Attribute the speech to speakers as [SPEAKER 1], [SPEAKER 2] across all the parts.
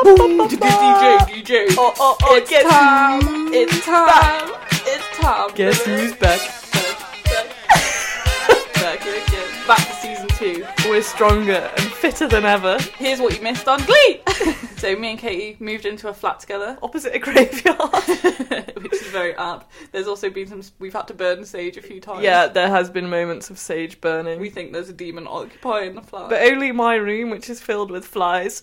[SPEAKER 1] DJ, DJ.
[SPEAKER 2] Oh, oh, oh,
[SPEAKER 1] It's
[SPEAKER 2] guess
[SPEAKER 1] time.
[SPEAKER 2] who's- It's time. It's time.
[SPEAKER 1] Guess who's back?
[SPEAKER 2] back here again. Back to season two.
[SPEAKER 1] We're stronger and fitter than ever.
[SPEAKER 2] Here's what you missed on Glee. so me and Katie moved into a flat together,
[SPEAKER 1] Opposite a graveyard.
[SPEAKER 2] which is very apt. There's also been some. We've had to burn sage a few times.
[SPEAKER 1] yeah, there has been moments of sage burning.
[SPEAKER 2] We think there's a demon occupying the flat.
[SPEAKER 1] but only my room, which is filled with flies.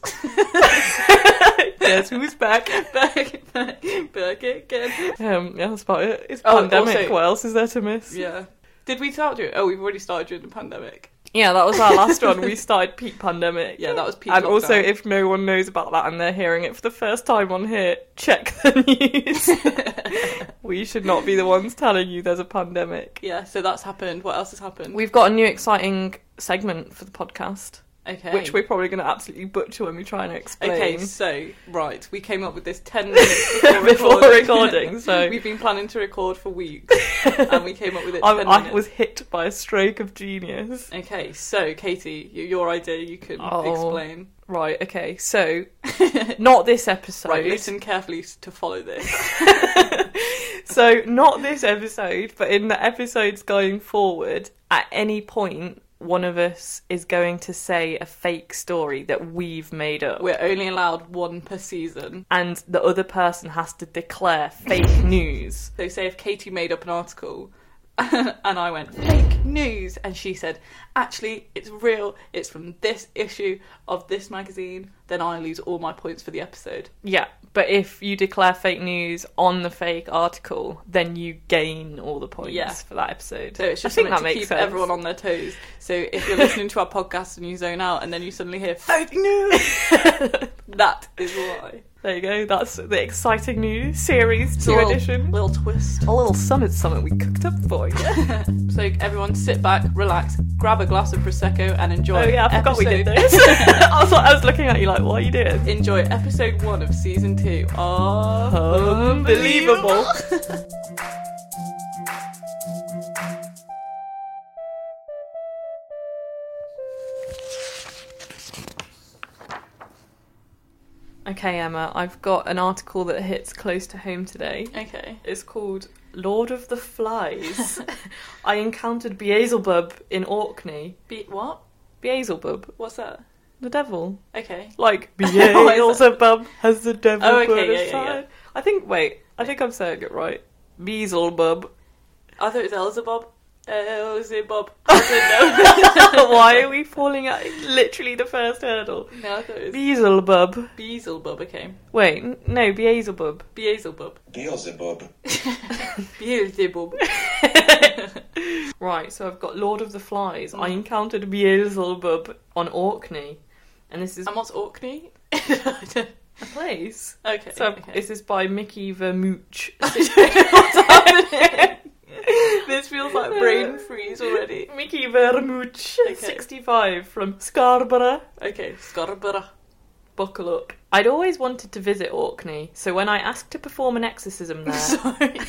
[SPEAKER 1] Guess who's back?
[SPEAKER 2] back, back, back again.
[SPEAKER 1] Um, yeah, that's about it. It's
[SPEAKER 2] Oh,
[SPEAKER 1] pandemic.
[SPEAKER 2] also-
[SPEAKER 1] what else is there to miss?
[SPEAKER 2] Yeah. Did we start during? Oh, we've already started during the pandemic.
[SPEAKER 1] Yeah, that was our last one. We started peak pandemic.
[SPEAKER 2] Yeah, that was peak
[SPEAKER 1] And also,
[SPEAKER 2] lockdown.
[SPEAKER 1] if no one knows about that and they're hearing it for the first time on here, check the news. we should not be the ones telling you there's a pandemic.
[SPEAKER 2] Yeah. So that's happened. What else has happened?
[SPEAKER 1] We've got a new exciting segment for the podcast,
[SPEAKER 2] okay.
[SPEAKER 1] which we're probably going to absolutely butcher when we try and explain.
[SPEAKER 2] Okay, so right, we came up with this ten minutes before,
[SPEAKER 1] Before
[SPEAKER 2] recording.
[SPEAKER 1] recording, so-
[SPEAKER 2] we've been planning to record for weeks, and we came up with it.
[SPEAKER 1] I,
[SPEAKER 2] 10
[SPEAKER 1] I
[SPEAKER 2] minutes.
[SPEAKER 1] was hit by a stroke of genius.
[SPEAKER 2] okay. So, Katie, y- your idea, you can
[SPEAKER 1] Oh.
[SPEAKER 2] explain.
[SPEAKER 1] Right, okay, so not this episode.
[SPEAKER 2] Right, listen carefully s- to follow this.
[SPEAKER 1] So, not this episode, but in the episodes going forward, at any point, one of us is going to say a fake story that we've made up.
[SPEAKER 2] We're only allowed one per season.
[SPEAKER 1] And the other person has to declare fake news.
[SPEAKER 2] So, say if Katie made up an article, and I went fake news, and she said, "Actually, it's real. It's from this issue of this magazine." Then I lose all my points for the episode.
[SPEAKER 1] Yeah, but if you declare fake news on the fake article, then you gain all the points
[SPEAKER 2] Yeah.
[SPEAKER 1] for that episode.
[SPEAKER 2] So it's just
[SPEAKER 1] I think
[SPEAKER 2] meant
[SPEAKER 1] that
[SPEAKER 2] to
[SPEAKER 1] makes
[SPEAKER 2] keep
[SPEAKER 1] sense.
[SPEAKER 2] everyone on their toes. So if you're listening to our podcast and you zone out and then you suddenly hear fake news, that is why.
[SPEAKER 1] There you go. That's the exciting news series
[SPEAKER 2] It's a
[SPEAKER 1] two
[SPEAKER 2] little-
[SPEAKER 1] edition. Oh,
[SPEAKER 2] Little twist.
[SPEAKER 1] A little summit summit we cooked up for you.
[SPEAKER 2] So everyone sit back, relax, grab a glass of prosecco and enjoy.
[SPEAKER 1] Oh yeah, I forgot we did
[SPEAKER 2] episode-
[SPEAKER 1] this. I was like, I was looking at you like, what are you doing?
[SPEAKER 2] enjoy episode one of season two of
[SPEAKER 1] Unbelievable. okay, Emma, I've got an article that hits close to home today.
[SPEAKER 2] Okay.
[SPEAKER 1] It's called Lord of the Flies. I encountered Beelzebub in Orkney.
[SPEAKER 2] Be- what?
[SPEAKER 1] Beelzebub,
[SPEAKER 2] What's that?
[SPEAKER 1] the devil.
[SPEAKER 2] Okay.
[SPEAKER 1] Like
[SPEAKER 2] Why is
[SPEAKER 1] Beelzebub has the devil
[SPEAKER 2] Oh, okay,
[SPEAKER 1] put
[SPEAKER 2] yeah, yeah,
[SPEAKER 1] aside. I think. Wait, I think I'm saying it right. Beelzebub.
[SPEAKER 2] I thought it was Elzebub. Elzebub. I
[SPEAKER 1] Why are we falling at literally the first hurdle?
[SPEAKER 2] don't know. no, I thought it was
[SPEAKER 1] Beelzebub.
[SPEAKER 2] Beelzebub. Okay.
[SPEAKER 1] Wait, n- no, Beelzebub.
[SPEAKER 2] Beelzebub.
[SPEAKER 3] Beelzebub.
[SPEAKER 2] Beelzebub.
[SPEAKER 1] Right, so I've got Lord of the Flies. I encountered Beelzebub on Orkney, and this is
[SPEAKER 2] And what's Orkney? okay.
[SPEAKER 1] a place. So
[SPEAKER 2] okay.
[SPEAKER 1] this is by Mickey Vermooch.
[SPEAKER 2] this feels like brain freeze already.
[SPEAKER 1] Mickey Vermooch,
[SPEAKER 2] Okay.
[SPEAKER 1] 65, from Scarborough.
[SPEAKER 2] Okay, Scarborough.
[SPEAKER 1] Buckle up. I'd always wanted to visit Orkney, so when I asked to perform an exorcism there,
[SPEAKER 2] Sorry.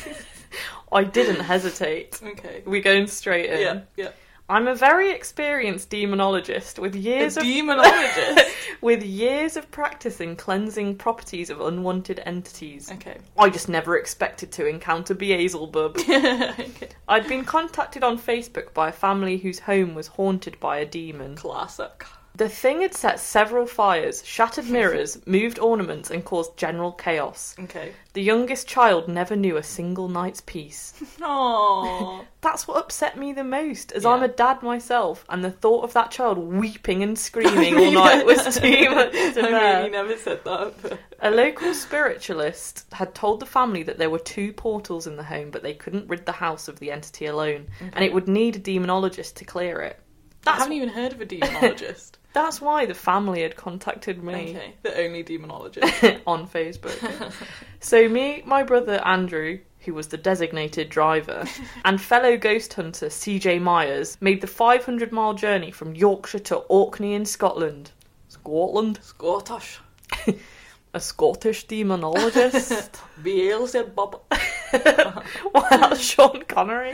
[SPEAKER 1] I didn't hesitate.
[SPEAKER 2] Okay.
[SPEAKER 1] We're going straight in.
[SPEAKER 2] Yeah, yeah.
[SPEAKER 1] I'm a very experienced demonologist with
[SPEAKER 2] A
[SPEAKER 1] years of
[SPEAKER 2] demonologist.
[SPEAKER 1] with years of practice in cleansing properties of unwanted entities.
[SPEAKER 2] okay.
[SPEAKER 1] I just never expected to encounter Beelzebub.
[SPEAKER 2] okay.
[SPEAKER 1] I'd been contacted on Facebook by a family whose home was haunted by a demon.
[SPEAKER 2] Classic.
[SPEAKER 1] The thing had set several fires, shattered mirrors, moved ornaments, and caused general chaos.
[SPEAKER 2] Okay.
[SPEAKER 1] The youngest child never knew a single night's peace.
[SPEAKER 2] Aww.
[SPEAKER 1] That's what upset me the most, as
[SPEAKER 2] Yeah.
[SPEAKER 1] I'm a dad myself, and the thought of that child weeping and screaming all night was too much to
[SPEAKER 2] I
[SPEAKER 1] bear.
[SPEAKER 2] really never said that. but-
[SPEAKER 1] A local spiritualist had told the family that there were two portals in the home, but they couldn't rid the house of the entity alone, and it would need a demonologist to clear it.
[SPEAKER 2] I
[SPEAKER 1] That's,
[SPEAKER 2] haven't even heard of a demonologist.
[SPEAKER 1] that's why the family had contacted me
[SPEAKER 2] okay. The only demonologist.
[SPEAKER 1] on Facebook. so, me, my brother Andrew, who was the designated driver, and fellow ghost hunter CJ Myers made the 500 mile journey from Yorkshire to Orkney in Scotland. Scotland?
[SPEAKER 2] Scottish.
[SPEAKER 1] A Scottish demonologist?
[SPEAKER 2] Beelzebub.
[SPEAKER 1] Well, that's Sean Connery.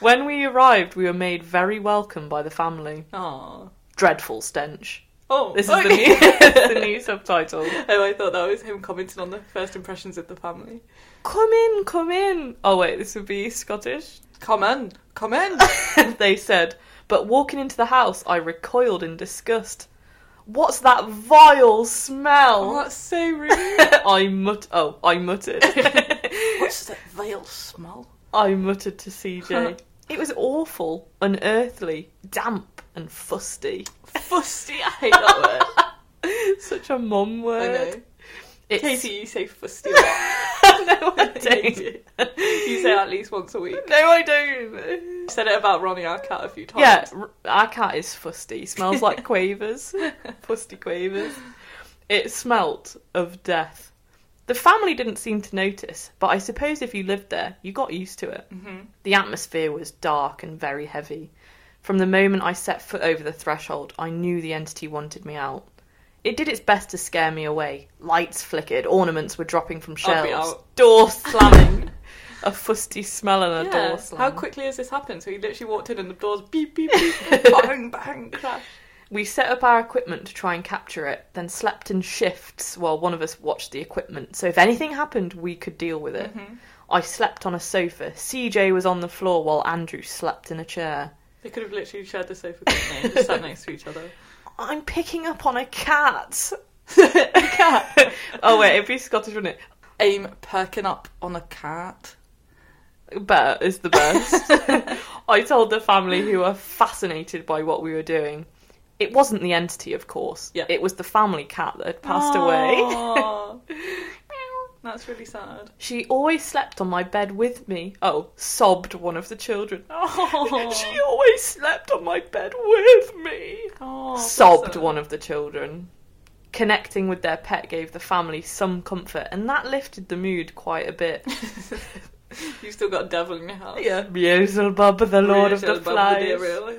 [SPEAKER 1] when we arrived, we were made very welcome by the family.
[SPEAKER 2] Aww.
[SPEAKER 1] Dreadful stench.
[SPEAKER 2] Oh,
[SPEAKER 1] This is the
[SPEAKER 2] okay.
[SPEAKER 1] new, the new subtitle.
[SPEAKER 2] Oh, I thought that was him commenting on the first impressions of the family.
[SPEAKER 1] Come in, come in. Oh wait, this would be Scottish.
[SPEAKER 2] Come in, come in.
[SPEAKER 1] they said. But walking into the house, I recoiled in disgust. What's that vile smell?
[SPEAKER 2] Oh, that's so rude.
[SPEAKER 1] I mut. Oh, I muttered.
[SPEAKER 2] What's that vile smell?
[SPEAKER 1] I muttered to CJ. It was awful, unearthly, damp, and fusty.
[SPEAKER 2] Fusty. I hate that word.
[SPEAKER 1] Such a mum word.
[SPEAKER 2] I know.
[SPEAKER 1] It's-
[SPEAKER 2] Katie, you say fusty a lot.
[SPEAKER 1] no, I
[SPEAKER 2] You
[SPEAKER 1] don't.
[SPEAKER 2] do. You say it at least once a week.
[SPEAKER 1] No, I don't.
[SPEAKER 2] You said it about Ronnie, our cat, a few times.
[SPEAKER 1] Yeah, r- our cat is fusty. Smells like quavers. fusty quavers. It smelt of death. The family didn't seem to notice, but I suppose if you lived there, you got used to it.
[SPEAKER 2] hmm
[SPEAKER 1] The atmosphere was dark and very heavy. From the moment I set foot over the threshold, I knew the entity wanted me out. It did its best to scare me away. Lights flickered, ornaments were dropping from
[SPEAKER 2] I'll be
[SPEAKER 1] shelves,
[SPEAKER 2] out.
[SPEAKER 1] door slamming, a fusty smell and a door slam.
[SPEAKER 2] How quickly has this happened? So he literally walked in and the doors beep beep beep bang bang crash.
[SPEAKER 1] We set up our equipment to try and capture it, then slept in shifts while one of us watched the equipment. So if anything happened, we could deal with it.
[SPEAKER 2] Mm-hmm.
[SPEAKER 1] I slept on a sofa. CJ was on the floor while Andrew slept in a chair.
[SPEAKER 2] They could have literally shared the sofa couldn't they? just sat next to each other.
[SPEAKER 1] I'm picking up on a cat. a cat. oh wait, it'd be Scottish, wouldn't
[SPEAKER 2] Aim perking up on a cat.
[SPEAKER 1] it? Better is the best. I told the family who were fascinated by what we were doing. It wasn't the entity, of course.
[SPEAKER 2] Yeah.
[SPEAKER 1] It was the family cat that had passed away.
[SPEAKER 2] away. That's really sad.
[SPEAKER 1] She always slept on my bed with me. Oh, sobbed one of the children.
[SPEAKER 2] Oh,
[SPEAKER 1] She always slept on my bed with me. sobbed one of the children. Connecting with their pet gave the family some comfort, and that lifted the mood quite a bit.
[SPEAKER 2] You still got a devil in your house.
[SPEAKER 1] Beelzebub, the lord of the
[SPEAKER 2] Really, Belvedere,
[SPEAKER 1] flies.
[SPEAKER 2] Really?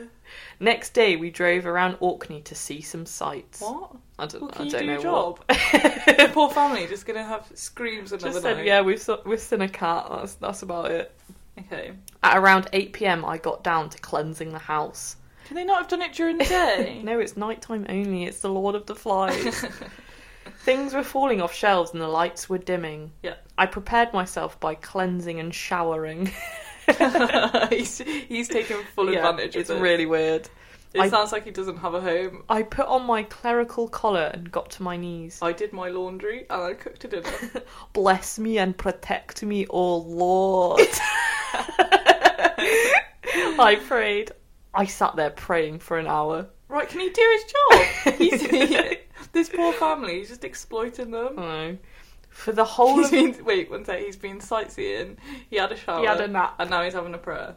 [SPEAKER 1] Next day, we drove around Orkney to see some sights.
[SPEAKER 2] What?
[SPEAKER 1] I don't,
[SPEAKER 2] Well,
[SPEAKER 1] I
[SPEAKER 2] can you
[SPEAKER 1] don't
[SPEAKER 2] do
[SPEAKER 1] know
[SPEAKER 2] your
[SPEAKER 1] what.
[SPEAKER 2] job? the poor family just gonna have screams another
[SPEAKER 1] Just
[SPEAKER 2] night.
[SPEAKER 1] said, yeah, we've, so- we've seen a cat. That's, that's about it.
[SPEAKER 2] Okay.
[SPEAKER 1] At around 8 pm, I got down to cleansing the house.
[SPEAKER 2] Can they not have done it during the day?
[SPEAKER 1] No, it's nighttime only. It's the Lord of the Flies. Things were falling off shelves and the lights were dimming.
[SPEAKER 2] Yeah.
[SPEAKER 1] I prepared myself by cleansing and showering.
[SPEAKER 2] he's, he's taken full
[SPEAKER 1] Yeah,
[SPEAKER 2] advantage
[SPEAKER 1] It's
[SPEAKER 2] of it.
[SPEAKER 1] really weird.
[SPEAKER 2] it
[SPEAKER 1] I-
[SPEAKER 2] sounds like he doesn't have a home.
[SPEAKER 1] I put on my clerical collar and got to my knees.
[SPEAKER 2] I did my laundry and I cooked a dinner.
[SPEAKER 1] Bless me and protect me, O Lord. I prayed. I sat there praying for an hour.
[SPEAKER 2] right, can he do his job? He's, this poor family, he's just exploiting them.
[SPEAKER 1] Oh. For the whole
[SPEAKER 2] He's
[SPEAKER 1] of
[SPEAKER 2] been, wait, one sec, he's been sightseeing. He had a shower.
[SPEAKER 1] he had a nap.
[SPEAKER 2] and now he's having a prayer.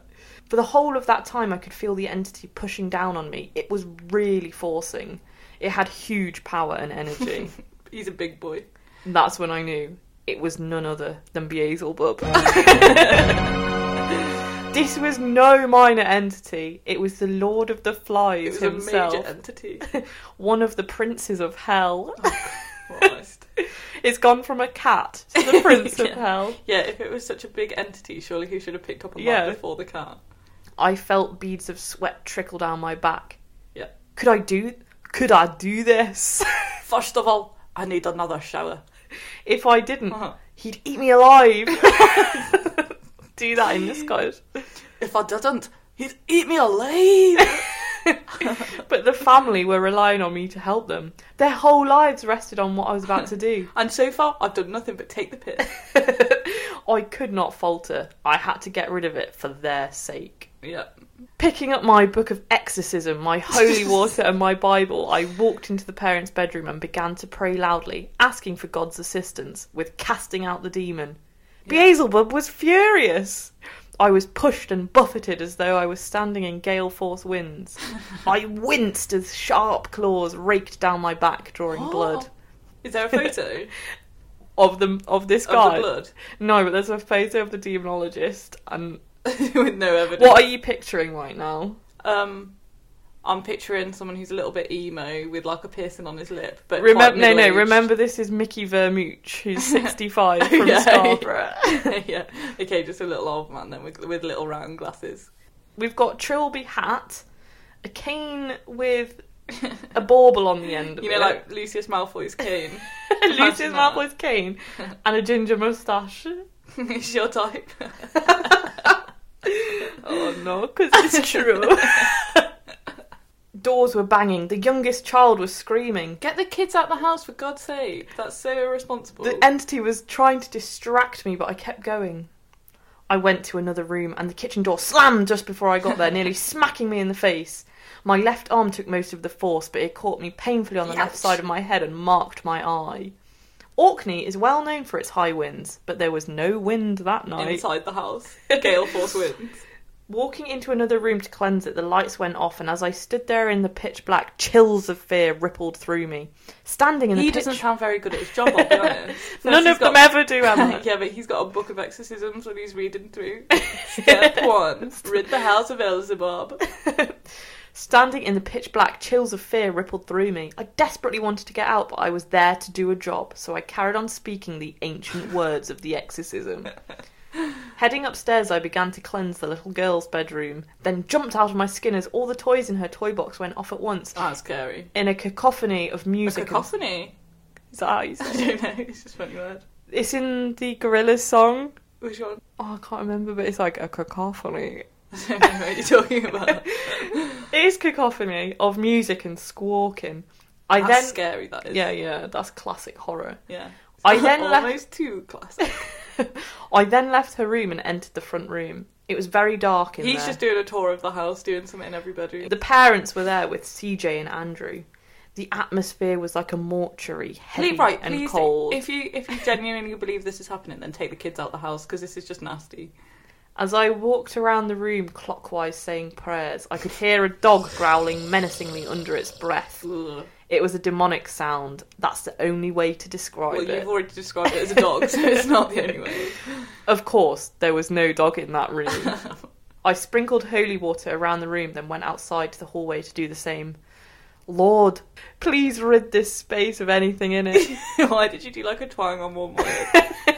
[SPEAKER 1] For the whole of that time, I could feel the entity pushing down on me. It was really forcing. It had huge power and energy.
[SPEAKER 2] He's a big boy.
[SPEAKER 1] And That's when I knew it was none other than Beelzebub. this was no minor entity. It was the Lord of the
[SPEAKER 2] It
[SPEAKER 1] Flies
[SPEAKER 2] was
[SPEAKER 1] himself,
[SPEAKER 2] a major entity.
[SPEAKER 1] one of the princes of hell.
[SPEAKER 2] Oh. Christ.
[SPEAKER 1] it's gone from a cat to the prince of
[SPEAKER 2] Yeah.
[SPEAKER 1] hell.
[SPEAKER 2] Yeah, if it was such a big entity, surely he should have picked up on
[SPEAKER 1] Yeah.
[SPEAKER 2] that before the cat.
[SPEAKER 1] I felt beads of sweat trickle down my back.
[SPEAKER 2] Yeah.
[SPEAKER 1] Could I do? Could I do this?
[SPEAKER 2] First of all, I need another shower.
[SPEAKER 1] If I didn't,
[SPEAKER 2] Uh-huh.
[SPEAKER 1] he'd eat me alive. Do that in the Scottish.
[SPEAKER 2] If I didn't, he'd eat me alive.
[SPEAKER 1] But the family were relying on me to help them. Their whole lives rested on what I was about to do.
[SPEAKER 2] and so far, I've done nothing but take the piss.
[SPEAKER 1] I could not falter. I had to get rid of it for their sake.
[SPEAKER 2] Yeah.
[SPEAKER 1] Picking up my book of exorcism, my holy water, and my Bible, I walked into the parents' bedroom and began to pray loudly, asking for God's assistance with casting out the demon. Beelzebub was furious. I was pushed and buffeted as though I was standing in gale force winds. I winced as sharp claws raked down my back, drawing blood.
[SPEAKER 2] Is there a photo
[SPEAKER 1] Of the of this
[SPEAKER 2] of
[SPEAKER 1] guy.
[SPEAKER 2] the blood
[SPEAKER 1] No, but there's a photo of the demonologist and
[SPEAKER 2] with no evidence?
[SPEAKER 1] what are you picturing right now?
[SPEAKER 2] Um, I'm picturing someone who's a little bit emo with like a piercing on his lip, but quite
[SPEAKER 1] Remember, no, no.
[SPEAKER 2] middle-aged.
[SPEAKER 1] Remember, this is Mickey Vermooch, who's sixty-five from
[SPEAKER 2] Yeah.
[SPEAKER 1] Scarborough.
[SPEAKER 2] yeah. Okay, just a little old man then with with little round glasses.
[SPEAKER 1] We've got Trilby hat, a cane with a bauble on the end. Of
[SPEAKER 2] You know,
[SPEAKER 1] it.
[SPEAKER 2] like Lucius Malfoy's cane.
[SPEAKER 1] Lucius
[SPEAKER 2] Imagine that.
[SPEAKER 1] Malfoy's cane and a ginger moustache.
[SPEAKER 2] it's your type.
[SPEAKER 1] Oh no, because it's true. Doors were banging. The youngest child was screaming.
[SPEAKER 2] Get the kids out the house for God's sake. That's so irresponsible.
[SPEAKER 1] The entity was trying to distract me, but I kept going. I went to another room, and the kitchen door slammed just before I got there, nearly smacking me in the face. My left arm took most of the force, but it caught me painfully on the left
[SPEAKER 2] Ouch.
[SPEAKER 1] side of my head and marked my eye. Orkney is well known for its high winds, but there was no wind that night.
[SPEAKER 2] Inside the house. Gale force winds.
[SPEAKER 1] Walking into another room to cleanse it, the lights went off, and as I stood there in the pitch black, chills of fear rippled through me. Standing in the
[SPEAKER 2] He
[SPEAKER 1] pitch,
[SPEAKER 2] doesn't sound very good at his job, I'll be honest.
[SPEAKER 1] none of them ever do, Emma.
[SPEAKER 2] yeah, but he's got a book of exorcisms that he's reading through. Step one: rid the house of Elzebub.
[SPEAKER 1] Standing in the pitch black, chills of fear rippled through me. I desperately wanted to get out, but I was there to do a job, so I carried on speaking the ancient words of the exorcism. Heading upstairs, I began to cleanse the little girl's bedroom, then jumped out of my skin as all the toys in her toy box went off at once
[SPEAKER 2] Ah, That's scary.
[SPEAKER 1] in a cacophony of
[SPEAKER 2] A
[SPEAKER 1] music. and-
[SPEAKER 2] cacophony.
[SPEAKER 1] Is that how you say
[SPEAKER 2] I
[SPEAKER 1] it?
[SPEAKER 2] don't know. It's just a funny word.
[SPEAKER 1] It's in the Gorillas song.
[SPEAKER 2] Which one?
[SPEAKER 1] Oh, I can't remember, but it's like a cacophony.
[SPEAKER 2] I don't know what you're talking about.
[SPEAKER 1] It is cacophony of music and squawking. I
[SPEAKER 2] That's
[SPEAKER 1] then
[SPEAKER 2] scary. That is.
[SPEAKER 1] Yeah, yeah, that's classic horror.
[SPEAKER 2] Yeah.
[SPEAKER 1] I then left-
[SPEAKER 2] almost too classic.
[SPEAKER 1] I then left her room and entered the front room. It was very dark in
[SPEAKER 2] He's
[SPEAKER 1] there.
[SPEAKER 2] just doing a tour of the house, doing something in every bedroom.
[SPEAKER 1] The parents were there with CJ and Andrew. The atmosphere was like a mortuary, heavy
[SPEAKER 2] Please, right,
[SPEAKER 1] and
[SPEAKER 2] please.
[SPEAKER 1] cold.
[SPEAKER 2] If you if you genuinely believe this is happening, then take the kids out the house because this is just nasty.
[SPEAKER 1] As I walked around the room clockwise saying prayers, I could hear a dog growling menacingly under its breath.
[SPEAKER 2] Ugh.
[SPEAKER 1] It was a demonic sound. That's the only way to describe
[SPEAKER 2] Well,
[SPEAKER 1] it.
[SPEAKER 2] you've already described it as a dog, so it's not the only way.
[SPEAKER 1] Of course, there was no dog in that room. I sprinkled holy water around the room, then went outside to the hallway to do the same. Lord, please rid this space of anything in it.
[SPEAKER 2] Why did you do like a twang on one word?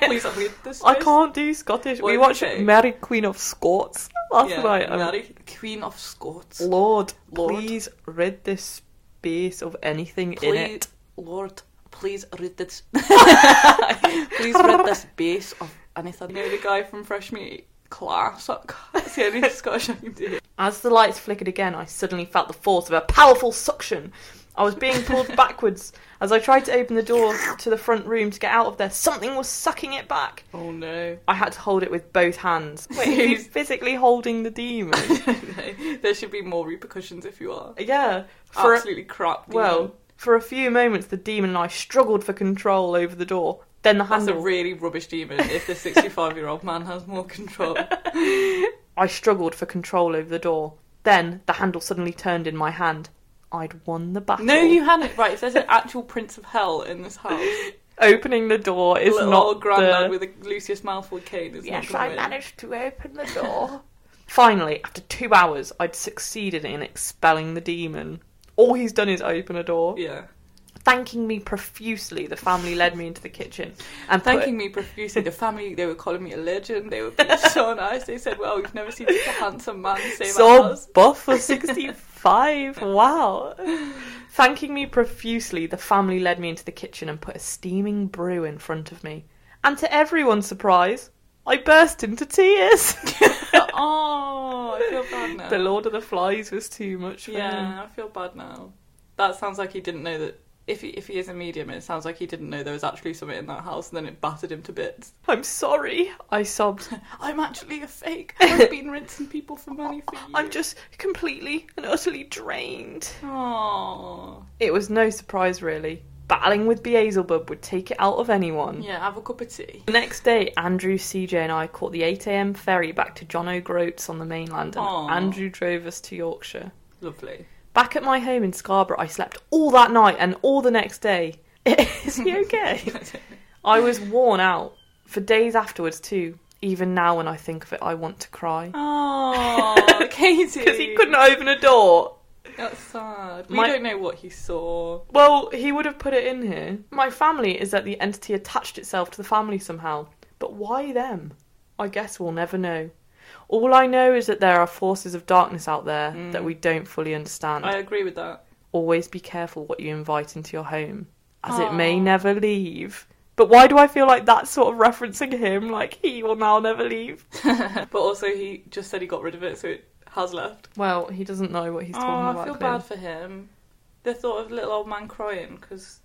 [SPEAKER 2] Please, I mean, this
[SPEAKER 1] I
[SPEAKER 2] is-
[SPEAKER 1] can't do Scottish.
[SPEAKER 2] What
[SPEAKER 1] we
[SPEAKER 2] did
[SPEAKER 1] watched
[SPEAKER 2] you say?
[SPEAKER 1] Mary Queen of Scots last
[SPEAKER 2] Yeah,
[SPEAKER 1] night. and-
[SPEAKER 2] Mary, Queen of Scots.
[SPEAKER 1] Lord,
[SPEAKER 2] Lord.
[SPEAKER 1] please rid this space of anything in
[SPEAKER 2] Please,
[SPEAKER 1] it.
[SPEAKER 2] Lord, please rid this. please rid this base of anything. You know the guy from Fresh Meat? Class. That's the only Scottish I can do.
[SPEAKER 1] As the lights flickered again, I suddenly felt the force of a powerful suction. I was being pulled backwards. As I tried to open the door to the front room to get out of there, something was sucking it back.
[SPEAKER 2] Oh no.
[SPEAKER 1] I had to hold it with both hands. Wait, are you physically holding the demon?
[SPEAKER 2] there should be more repercussions if you are.
[SPEAKER 1] yeah. For a,
[SPEAKER 2] Absolutely crap. demon.
[SPEAKER 1] well, for a few moments, the demon and I struggled for control over the door. Then the
[SPEAKER 2] that's a
[SPEAKER 1] handle.
[SPEAKER 2] really rubbish demon if the 65 year old man has more control.
[SPEAKER 1] I struggled for control over the door. Then the handle suddenly turned in my hand. I'd won the battle.
[SPEAKER 2] No, you hadn't. Right, if there's an actual Prince of Hell in this house,
[SPEAKER 1] opening the door is
[SPEAKER 2] little
[SPEAKER 1] not
[SPEAKER 2] old granddad
[SPEAKER 1] the...
[SPEAKER 2] with a Lucius Malfoy cane is
[SPEAKER 1] Yes,
[SPEAKER 2] not
[SPEAKER 1] I
[SPEAKER 2] going to
[SPEAKER 1] managed to open the door. Finally, after two hours, I'd succeeded in expelling the demon. All he's done is open a door.
[SPEAKER 2] win. Yeah.
[SPEAKER 1] Thanking me profusely, the family led me into the kitchen and
[SPEAKER 2] Thanking me profusely. The family, they were calling me a legend. They were being so nice. They said, well, we've never seen such a handsome man
[SPEAKER 1] put,
[SPEAKER 2] save our
[SPEAKER 1] so
[SPEAKER 2] house.
[SPEAKER 1] buff for sixty five. wow. Thanking me profusely, the family led me into the kitchen and put a steaming brew in front of me. And to everyone's surprise, I burst into tears.
[SPEAKER 2] oh, I feel bad now.
[SPEAKER 1] The Lord of the Flies was too much for me.
[SPEAKER 2] yeah, I feel bad now. That sounds like he didn't know that. If he, if he is a medium, it sounds like he didn't know there was actually something in that house and then it battered him to bits.
[SPEAKER 1] I'm sorry, I sobbed.
[SPEAKER 2] I'm actually a fake. I've been rinsing people for money for years.
[SPEAKER 1] I'm just completely and utterly drained.
[SPEAKER 2] Oh.
[SPEAKER 1] It was no surprise, really. Battling with Beelzebub would take it out of anyone.
[SPEAKER 2] Yeah, have a cup of tea.
[SPEAKER 1] The next day, Andrew, CJ, and I caught the 8am ferry back to John O'Groats on the mainland, and
[SPEAKER 2] Aw.
[SPEAKER 1] Andrew drove us to Yorkshire.
[SPEAKER 2] Lovely.
[SPEAKER 1] Back at my home in Scarborough, I slept all that night and all the next day. Is he okay? I was worn out for days afterwards, too. Even now, when I think of it, I want to cry.
[SPEAKER 2] Oh, Katie.
[SPEAKER 1] Because he couldn't open a door.
[SPEAKER 2] That's sad. We
[SPEAKER 1] My-
[SPEAKER 2] don't know what he saw.
[SPEAKER 1] Well, he would have put it in here. My family is that the entity attached itself to the family somehow. But why them? I guess we'll never know. All Mm. I know is that there are forces of darkness out there that we don't fully understand.
[SPEAKER 2] I agree with that.
[SPEAKER 1] always be careful what you invite into your home, as it may
[SPEAKER 2] Aw.
[SPEAKER 1] never leave. But why do I feel like that's sort of referencing him? Like he will now never leave.
[SPEAKER 2] But also, he just said he got rid of it, so it has left.
[SPEAKER 1] Well, he doesn't know what he's
[SPEAKER 2] oh,
[SPEAKER 1] talking about.
[SPEAKER 2] I feel
[SPEAKER 1] clearly.
[SPEAKER 2] bad for him. The thought of little old man crying because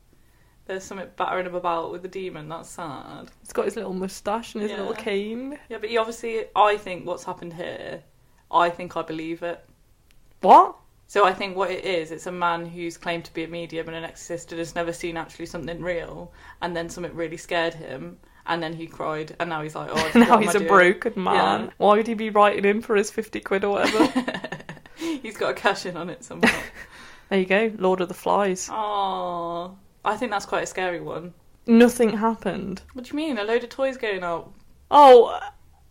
[SPEAKER 2] there's something battering him about with the demon. That's sad.
[SPEAKER 1] He's got his little moustache and his little
[SPEAKER 2] Yeah.
[SPEAKER 1] cane.
[SPEAKER 2] Yeah, but he obviously, I think what's happened here, I think I believe it.
[SPEAKER 1] What?
[SPEAKER 2] So I think what it is, it's a man who's claimed to be a medium and an exorcist and has never seen actually something real, and then something really scared him, and then he cried, and now he's like, oh,
[SPEAKER 1] now
[SPEAKER 2] what am
[SPEAKER 1] he's a
[SPEAKER 2] I doing?
[SPEAKER 1] broken man. Why would he be writing in for his 50 quid or whatever?
[SPEAKER 2] He's got a cash in on it somehow.
[SPEAKER 1] there you go, Lord of the Flies.
[SPEAKER 2] Aww. I think that's quite a scary one.
[SPEAKER 1] Nothing happened.
[SPEAKER 2] What do you mean? A load of toys going out?
[SPEAKER 1] Oh,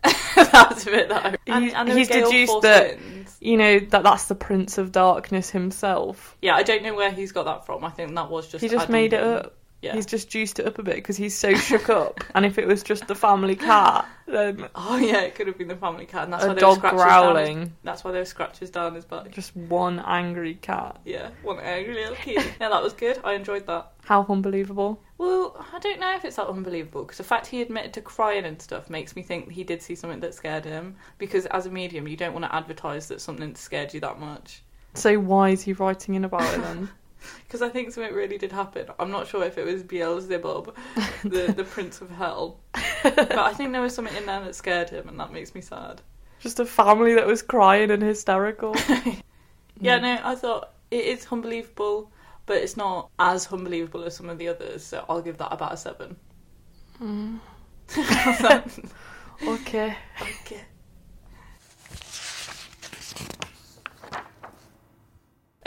[SPEAKER 2] that's a bit though.
[SPEAKER 1] He's-
[SPEAKER 2] there was
[SPEAKER 1] he's
[SPEAKER 2] Gale
[SPEAKER 1] deduced
[SPEAKER 2] Force
[SPEAKER 1] that-
[SPEAKER 2] winds.
[SPEAKER 1] you know, that that's the Prince of Darkness himself.
[SPEAKER 2] Yeah, I don't know where he's got that from. I think that was just.
[SPEAKER 1] he just
[SPEAKER 2] added
[SPEAKER 1] made it
[SPEAKER 2] in.
[SPEAKER 1] up.
[SPEAKER 2] Yeah.
[SPEAKER 1] He's just juiced it up a bit because he's so shook up. And if it was just the family cat, then
[SPEAKER 2] Oh yeah, it could have been the family cat, and that's why
[SPEAKER 1] a
[SPEAKER 2] there were
[SPEAKER 1] dog
[SPEAKER 2] scratches down his-
[SPEAKER 1] growling,
[SPEAKER 2] That's why there were scratches down his back.
[SPEAKER 1] just one angry cat.
[SPEAKER 2] Yeah, one angry little kid. Yeah, that was good. I enjoyed that.
[SPEAKER 1] How unbelievable.
[SPEAKER 2] Well, I don't know if it's that unbelievable because the fact he admitted to crying and stuff makes me think he did see something that scared him. Because as a medium, you don't want to advertise that something scared you that much.
[SPEAKER 1] So why is he writing in about it then?
[SPEAKER 2] Because I think something really did happen. I'm not sure if it was Beelzebub, the the prince of hell, but I think there was something in there that scared him, and that makes me sad.
[SPEAKER 1] just a family that was crying and hysterical.
[SPEAKER 2] Yeah,
[SPEAKER 1] Mm.
[SPEAKER 2] no, I thought it is unbelievable, but it's not as unbelievable as some of the others. So I'll give that about a seven.
[SPEAKER 1] Mm.
[SPEAKER 2] okay.
[SPEAKER 1] Okay.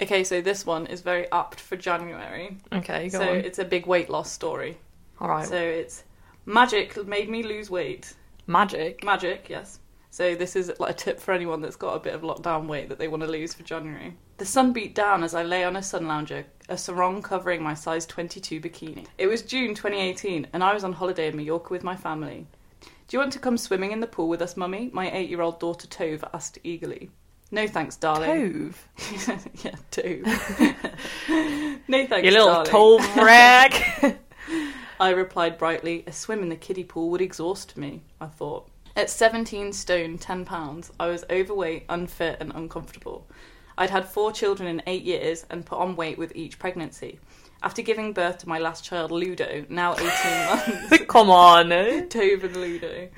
[SPEAKER 2] Okay, so this one is very apt for January.
[SPEAKER 1] Okay, go
[SPEAKER 2] so
[SPEAKER 1] on.
[SPEAKER 2] it's a big weight loss story.
[SPEAKER 1] All right.
[SPEAKER 2] So it's magic made me lose weight.
[SPEAKER 1] Magic.
[SPEAKER 2] Magic, yes. So this is like a tip for anyone that's got a bit of lockdown weight that they want to lose for January. The sun beat down as I lay on a sun lounger, a sarong covering my size 22 bikini. It was June 2018 and I was on holiday in Mallorca with my family. Do you want to come swimming in the pool with us, mummy? My 8-year-old daughter Tove asked eagerly. No thanks, darling.
[SPEAKER 1] Tove.
[SPEAKER 2] yeah, Tove. no thanks,
[SPEAKER 1] You little
[SPEAKER 2] darling.
[SPEAKER 1] Tove rag.
[SPEAKER 2] I replied brightly, a swim in the kiddie pool would exhaust me, I thought. At 17 stone, 10 pounds, I was overweight, unfit, and uncomfortable. I'd had four children in eight years and put on weight with each pregnancy. After giving birth to my last child, Ludo, now 18 months,
[SPEAKER 1] Come on. eh?
[SPEAKER 2] Tove and Ludo,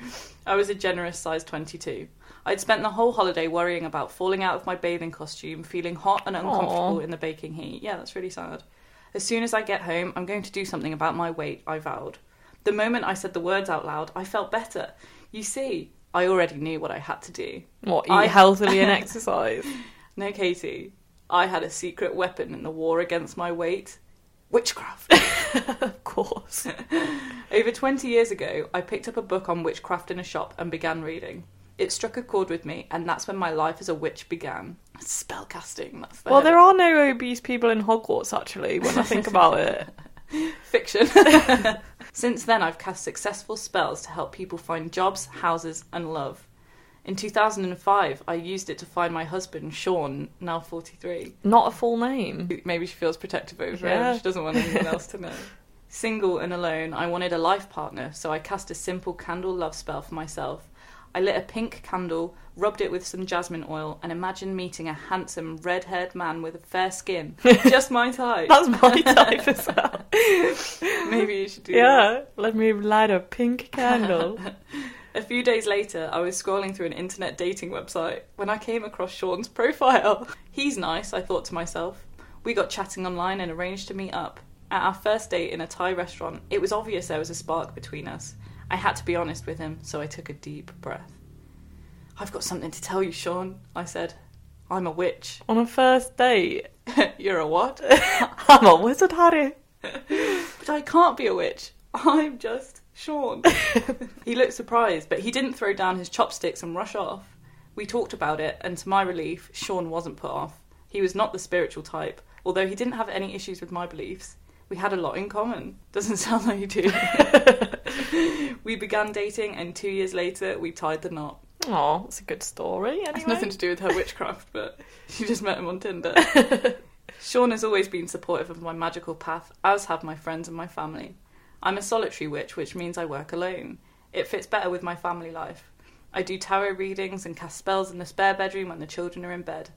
[SPEAKER 2] I was a generous size 22. I'd spent the whole holiday worrying about falling out of my bathing costume, feeling hot and uncomfortable
[SPEAKER 1] Aw.
[SPEAKER 2] in the baking heat. Yeah, that's really sad. As soon as I get home, I'm going to do something about my weight, I vowed. The moment I said the words out loud, I felt better. You see, I already knew what I had to do.
[SPEAKER 1] What, eat
[SPEAKER 2] I-
[SPEAKER 1] healthily and exercise?
[SPEAKER 2] No, Katie, I had a secret weapon in the war against my weight witchcraft.
[SPEAKER 1] of course.
[SPEAKER 2] Over 20 years ago, I picked up a book on witchcraft in a shop and began reading. It struck a chord with me, and that's when my life as a witch began. Spellcasting, that's the
[SPEAKER 1] Well, there are no obese people in Hogwarts, actually, when I think about it.
[SPEAKER 2] fiction. Since then, I've cast successful spells to help people find jobs, houses, and love. In 2005, I used it to find my husband, Sean, now 43.
[SPEAKER 1] Not a full name.
[SPEAKER 2] Maybe she feels protective over
[SPEAKER 1] Yeah.
[SPEAKER 2] him. She doesn't want anyone else to know. Single and alone, I wanted a life partner, so I cast a simple candle love spell for myself. I lit a pink candle, rubbed it with some jasmine oil, and imagined meeting a handsome, red haired man with a fair skin. Just my type.
[SPEAKER 1] That's my type as well.
[SPEAKER 2] Maybe you should do that.
[SPEAKER 1] Yeah, let me light a pink candle.
[SPEAKER 2] A few days later, I was scrolling through an internet dating website when I came across Sean's profile. He's nice, I thought to myself. We got chatting online and arranged to meet up. At our first date in a Thai restaurant, it was obvious there was a spark between us. I had to be honest with him, so I took a deep breath. I've got something to tell you, Sean, I said. I'm a witch.
[SPEAKER 1] On a first date,
[SPEAKER 2] You're a what?
[SPEAKER 1] I'm a wizard, Harry.
[SPEAKER 2] But I can't be a witch. I'm just Sean. he looked surprised, but he didn't throw down his chopsticks and rush off. We talked about it, and to my relief, Sean wasn't put off. He was not the spiritual type, although he didn't have any issues with my beliefs. We had a lot in common. Doesn't sound like you do. we began dating, and two years later, we tied the knot.
[SPEAKER 1] Oh, that's a good story. Anyway.
[SPEAKER 2] It's nothing to do with her witchcraft, but she just met him on Tinder. Sean has always been supportive of my magical path, as have my friends and my family. I'm a solitary witch, which means I work alone. It fits better with my family life. I do tarot readings and cast spells in the spare bedroom when the children are in bed.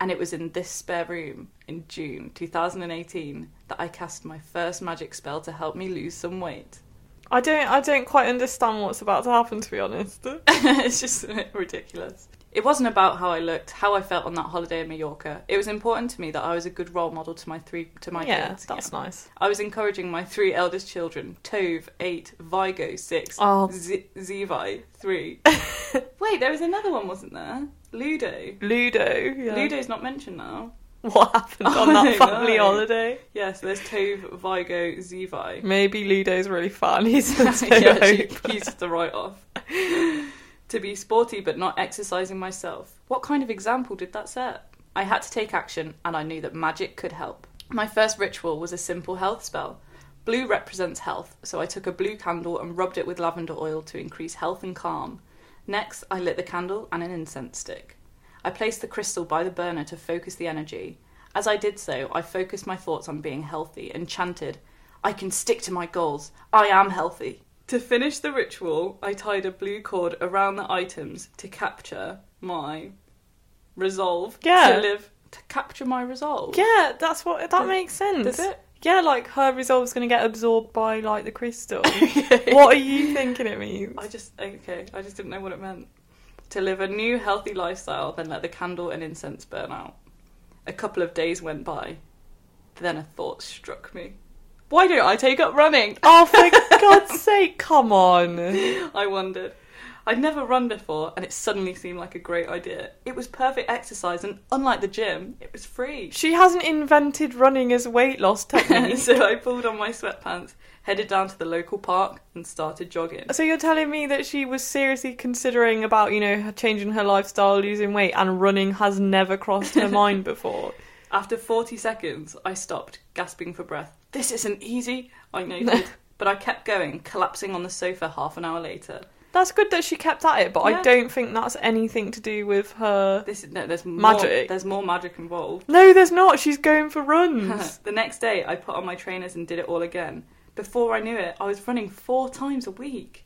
[SPEAKER 2] And it was in this spare room in June 2018 that I cast my first magic spell to help me lose some weight.
[SPEAKER 1] I don't I don't quite understand what's about to happen to be honest.
[SPEAKER 2] it's just ridiculous. It wasn't about how I looked, how I felt on that holiday in Mallorca. It was important to me that I was a good role model to my three to my
[SPEAKER 1] yeah,
[SPEAKER 2] kids.
[SPEAKER 1] that's nice.
[SPEAKER 2] I was encouraging my three eldest children, Tove, eight, Vigo, six,
[SPEAKER 1] Oh.
[SPEAKER 2] Z- Zevi, three. Wait, there was another one, wasn't there? Ludo.
[SPEAKER 1] Ludo. Yeah.
[SPEAKER 2] Ludo's not mentioned now.
[SPEAKER 1] What happened on
[SPEAKER 2] I
[SPEAKER 1] that
[SPEAKER 2] don't
[SPEAKER 1] family
[SPEAKER 2] know.
[SPEAKER 1] holiday?
[SPEAKER 2] Yeah, so there's Tove, Vigo, Zevi.
[SPEAKER 1] Maybe Ludo's really fun. He's so
[SPEAKER 2] yeah, she,
[SPEAKER 1] hope.
[SPEAKER 2] he's just the write off. to be sporty but not exercising myself. What kind of example did that set? I had to take action and I knew that magic could help. My first ritual was a simple health spell. Blue represents health, so I took a blue candle and rubbed it with lavender oil to increase health and calm. Next, I lit the candle and an incense stick. I placed the crystal by the burner to focus the energy. As I did so, I focused my thoughts on being healthy and chanted, I can stick to my goals. I am healthy. To finish the ritual, I tied a blue cord around the items to capture my resolve
[SPEAKER 1] Yeah.
[SPEAKER 2] to live. To capture my resolve.
[SPEAKER 1] Yeah, that's what that
[SPEAKER 2] Does-
[SPEAKER 1] makes sense.
[SPEAKER 2] Does it?
[SPEAKER 1] Yeah, like her resolve's gonna get absorbed by like the crystal. what are you thinking it means?
[SPEAKER 2] I just okay. I just didn't know what it meant. To live a new healthy lifestyle, then let the candle and incense burn out. A couple of days went by. Then a thought struck me. Why don't I take up running?
[SPEAKER 1] Oh, for God's sake, come on.
[SPEAKER 2] I wondered. I'd never run before, and it suddenly seemed like a great idea. It was perfect exercise, and unlike the gym, it was free.
[SPEAKER 1] She hasn't invented running as weight loss technique.
[SPEAKER 2] so I pulled on my sweatpants, headed down to the local park, and started jogging.
[SPEAKER 1] so you're telling me that she was seriously considering about, you know, her- changing her lifestyle, losing weight, and running has never crossed her mind before.
[SPEAKER 2] After 40 seconds, I stopped, gasping for breath. This isn't easy, I noted. but I kept going, collapsing on the sofa half an hour later.
[SPEAKER 1] That's good that she kept at it, but I
[SPEAKER 2] Yeah.
[SPEAKER 1] don't think that's anything to do with her.
[SPEAKER 2] This is, no, there's more,
[SPEAKER 1] Magic.
[SPEAKER 2] There's more magic involved.
[SPEAKER 1] No, there's not. She's going for runs.
[SPEAKER 2] the next day, I put on my trainers and did it all again. Before I knew it, I was running four times a week.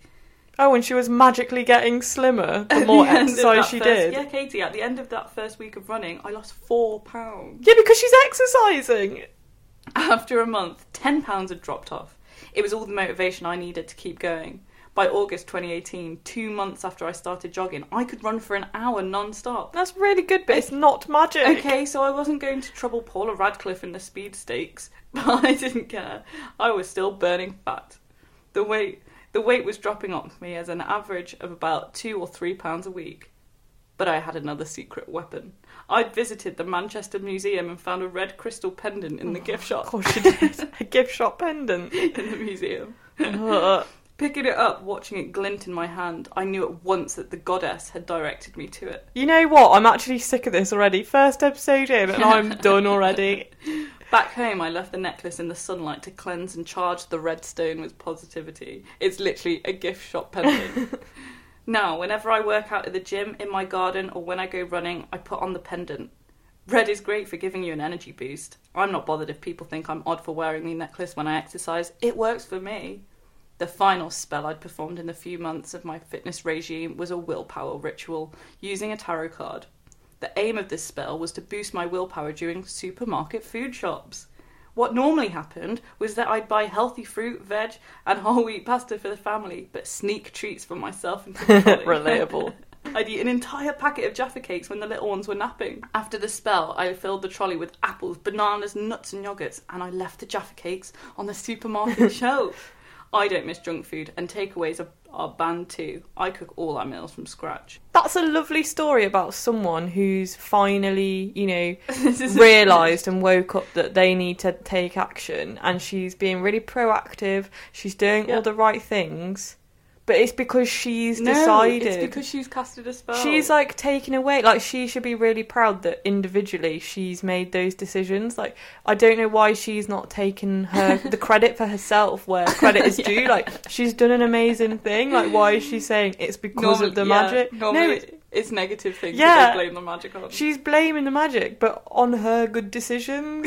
[SPEAKER 1] Oh, and she was magically getting slimmer the more
[SPEAKER 2] At end of
[SPEAKER 1] exercise
[SPEAKER 2] that
[SPEAKER 1] she
[SPEAKER 2] first-
[SPEAKER 1] did.
[SPEAKER 2] Yeah,
[SPEAKER 1] Yeah.
[SPEAKER 2] Katie, at the end of that first week of running, I lost four pounds.
[SPEAKER 1] because she's exercising.
[SPEAKER 2] After a month, 10 pounds had dropped off. It was all the motivation I needed to keep going. By August 2018, two months after I started jogging, I could run for an hour non stop.
[SPEAKER 1] That's really good, but it's not magic.
[SPEAKER 2] Okay, so I wasn't going to trouble Paula Radcliffe in the speed stakes, but I didn't care. I was still burning fat. The weight, the weight was dropping off me as an average of about two or three pounds a week. But I had another secret weapon. I'd visited the Manchester Museum and found a red crystal pendant in the gift
[SPEAKER 1] Oh, Of
[SPEAKER 2] shop.
[SPEAKER 1] course she did. A gift shop pendant.
[SPEAKER 2] in the museum.
[SPEAKER 1] Ugh.
[SPEAKER 2] Picking it up, watching it glint in my hand, I knew at once that the goddess had directed me to it.
[SPEAKER 1] you know what? I'm actually sick of this already. First episode in, and I'm done already.
[SPEAKER 2] Back home, I left the necklace in the sunlight to cleanse and charge the red stone with positivity. It's literally a gift shop pendant. now, whenever I work out at the gym, in my garden, or when I go running, I put on the pendant. Red is great for giving you an energy boost. I'm not bothered if people think I'm odd for wearing the necklace when I exercise. It works for me. The final spell I'd performed in the few months of my fitness regime was a willpower ritual using a tarot card. The aim of this spell was to boost my willpower during supermarket food shops. What normally happened was that I'd buy healthy fruit, veg, and whole wheat pasta for the family, but sneak treats for myself and for the trolley.
[SPEAKER 1] Relatable.
[SPEAKER 2] I'd eat an entire packet of Jaffa cakes when the little ones were napping. After the spell, I filled the trolley with apples, bananas, nuts, and yogurts, and I left the Jaffa cakes on the supermarket shelf. I don't miss junk food, and takeaways are, are banned too. I cook all our meals from scratch.
[SPEAKER 1] That's a lovely story about someone who's finally, you know,
[SPEAKER 2] This is-
[SPEAKER 1] realised and woke up that they need to take action and she's being really proactive she's doing
[SPEAKER 2] Yeah.
[SPEAKER 1] all the right things but it's because she's
[SPEAKER 2] no,
[SPEAKER 1] decided
[SPEAKER 2] It's because she's casted a spell.
[SPEAKER 1] she's like taken away like she should be really proud that individually she's made those decisions like i don't know why she's not taking her the credit for herself where credit is due like she's done an amazing thing like why is she saying it's because
[SPEAKER 2] Normally-
[SPEAKER 1] of the
[SPEAKER 2] yeah,
[SPEAKER 1] magic
[SPEAKER 2] normally
[SPEAKER 1] no
[SPEAKER 2] it-
[SPEAKER 1] it,
[SPEAKER 2] It's negative things
[SPEAKER 1] Yeah.
[SPEAKER 2] that they blame the magic on.
[SPEAKER 1] She's blaming the magic, but on her good decisions.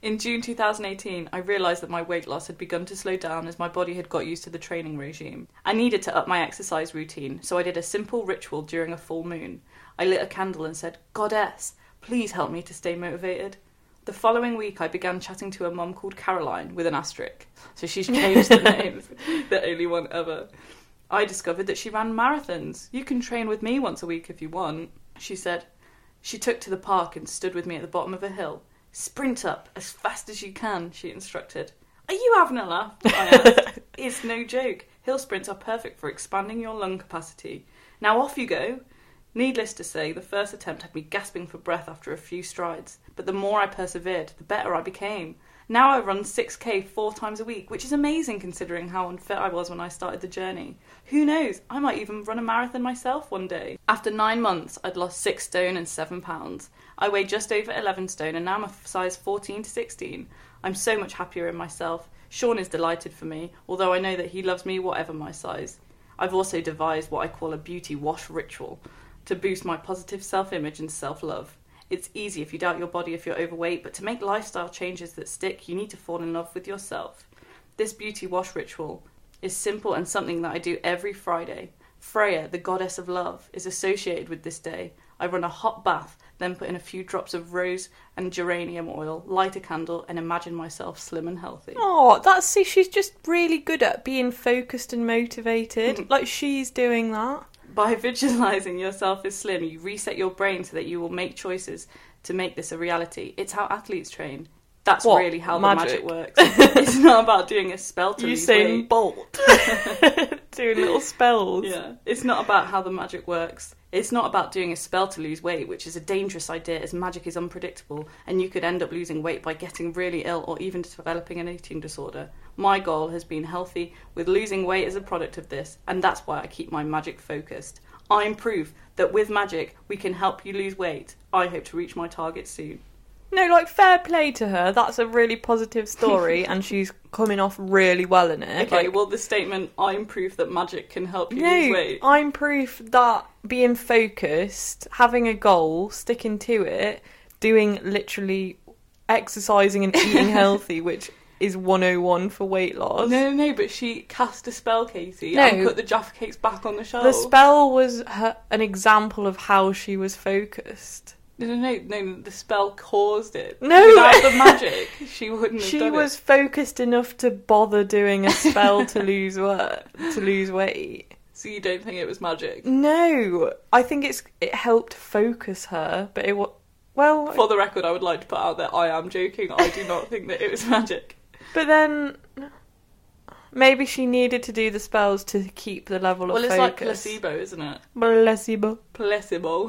[SPEAKER 2] In June 2018, I realised that my weight loss had begun to slow down as my body had got used to the training regime. I needed to up my exercise routine, so I did a simple ritual during a full moon. I lit a candle and said, Goddess, please help me to stay motivated. The following week, I began chatting to a mum called Caroline with an asterisk, so she's changed the name, the only one ever. I discovered that she ran marathons. You can train with me once a week if you want, she said. She took to the park and stood with me at the bottom of a hill. Sprint up as fast as you can, she instructed. Are you having a laugh? I asked. it's no joke. Hill sprints are perfect for expanding your lung capacity. Now off you go. Needless to say, the first attempt had me gasping for breath after a few strides, but the more I persevered, the better I became. Now I run 6k four times a week, which is amazing considering how unfit I was when I started the journey. Who knows, I might even run a marathon myself one day. After nine months, I'd lost six stone and seven pounds. I weigh just over 11 stone and now I'm a size 14 to 16. I'm so much happier in myself. Sean is delighted for me, although I know that he loves me whatever my size. I've also devised what I call a beauty wash ritual to boost my positive self image and self love. It's easy if you doubt your body if you're overweight, but to make lifestyle changes that stick, you need to fall in love with yourself. This beauty wash ritual is simple and something that I do every Friday. Freya, the goddess of love, is associated with this day. I run a hot bath, then put in a few drops of rose and geranium oil, light a candle, and imagine myself slim and healthy.
[SPEAKER 1] Oh, that's see, she's just really good at being focused and motivated. like she's doing that.
[SPEAKER 2] By visualizing yourself as slim, you reset your brain so that you will make choices to make this a reality. It's how athletes train. That's
[SPEAKER 1] What?
[SPEAKER 2] really how
[SPEAKER 1] Magic?
[SPEAKER 2] the magic works. it's not about doing a spell to lose
[SPEAKER 1] Usain
[SPEAKER 2] weight.
[SPEAKER 1] Bolt doing little spells.
[SPEAKER 2] Yeah, it's not about how the magic works. It's not about doing a spell to lose weight, which is a dangerous idea as magic is unpredictable and you could end up losing weight by getting really ill or even developing an eating disorder. My goal has been healthy with losing weight as a product of this, and that's why I keep my magic focused. I'm proof that with magic we can help you lose weight. I hope to reach my target soon.
[SPEAKER 1] No, like fair play to her. That's a really positive story, and she's coming off really well in it.
[SPEAKER 2] Okay,
[SPEAKER 1] Like,
[SPEAKER 2] well the statement I'm proof that magic can help you lose
[SPEAKER 1] no, Oh.
[SPEAKER 2] weight.
[SPEAKER 1] I'm proof that being focused, having a goal, sticking to it, doing literally exercising and eating healthy, which is 101 for weight loss.
[SPEAKER 2] No, no, no, but she cast a spell, Katie,
[SPEAKER 1] No.
[SPEAKER 2] and put the Jaffa cakes back on the shelf.
[SPEAKER 1] The spell was her, an example of how she was focused.
[SPEAKER 2] No, no, no, no, the spell caused it.
[SPEAKER 1] No.
[SPEAKER 2] Without the magic, she wouldn't have
[SPEAKER 1] She
[SPEAKER 2] done
[SPEAKER 1] was
[SPEAKER 2] Hmm, it.
[SPEAKER 1] focused enough to bother doing a spell to lose weight. To lose weight.
[SPEAKER 2] So you don't think it was magic?
[SPEAKER 1] No, I think it's it helped focus her, but it was well.
[SPEAKER 2] For the record, I would like to put out that I am joking. I do not think that it was magic.
[SPEAKER 1] But then maybe she needed to do the spells to keep the level
[SPEAKER 2] Well,
[SPEAKER 1] of
[SPEAKER 2] it's like
[SPEAKER 1] focus.
[SPEAKER 2] placebo, isn't it?
[SPEAKER 1] Placebo.
[SPEAKER 2] Placebo.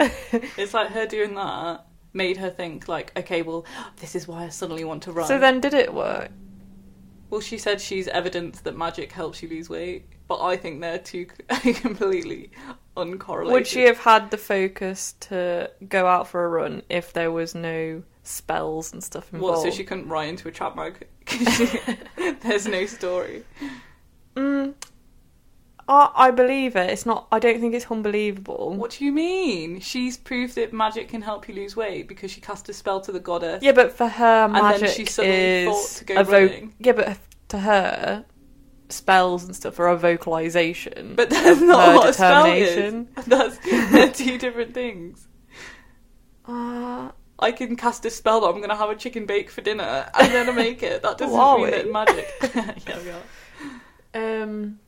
[SPEAKER 2] it's like her doing that made her think, like, okay, well, this is why I suddenly want to run.
[SPEAKER 1] So then, did it work?
[SPEAKER 2] well, she said she's evidence that magic helps you lose weight, but I think they're two completely uncorrelated.
[SPEAKER 1] Would she have had the focus to go out for a run if there was no spells and stuff
[SPEAKER 2] What,
[SPEAKER 1] involved?
[SPEAKER 2] so she couldn't write into a trap mug? 'Cause she- There's no story.
[SPEAKER 1] Mm, I, I believe it. It's not. I don't think it's unbelievable.
[SPEAKER 2] What do you mean? She's proved that magic can help you lose weight because she cast a spell to the goddess.
[SPEAKER 1] Yeah, but for her,
[SPEAKER 2] then
[SPEAKER 1] magic
[SPEAKER 2] she suddenly
[SPEAKER 1] is
[SPEAKER 2] thought to go
[SPEAKER 1] a vo-
[SPEAKER 2] running.
[SPEAKER 1] Yeah, but to her, spells and stuff are a vocalization.
[SPEAKER 2] But
[SPEAKER 1] of
[SPEAKER 2] that's not
[SPEAKER 1] her
[SPEAKER 2] what a spell is.
[SPEAKER 1] determination.
[SPEAKER 2] That's they're two different things.
[SPEAKER 1] Uh,
[SPEAKER 2] I can cast a spell that I'm going to have a chicken bake for dinner and then I make it. That doesn't
[SPEAKER 1] Oh, are
[SPEAKER 2] mean
[SPEAKER 1] we?
[SPEAKER 2] that magic. yeah, we are.
[SPEAKER 1] um,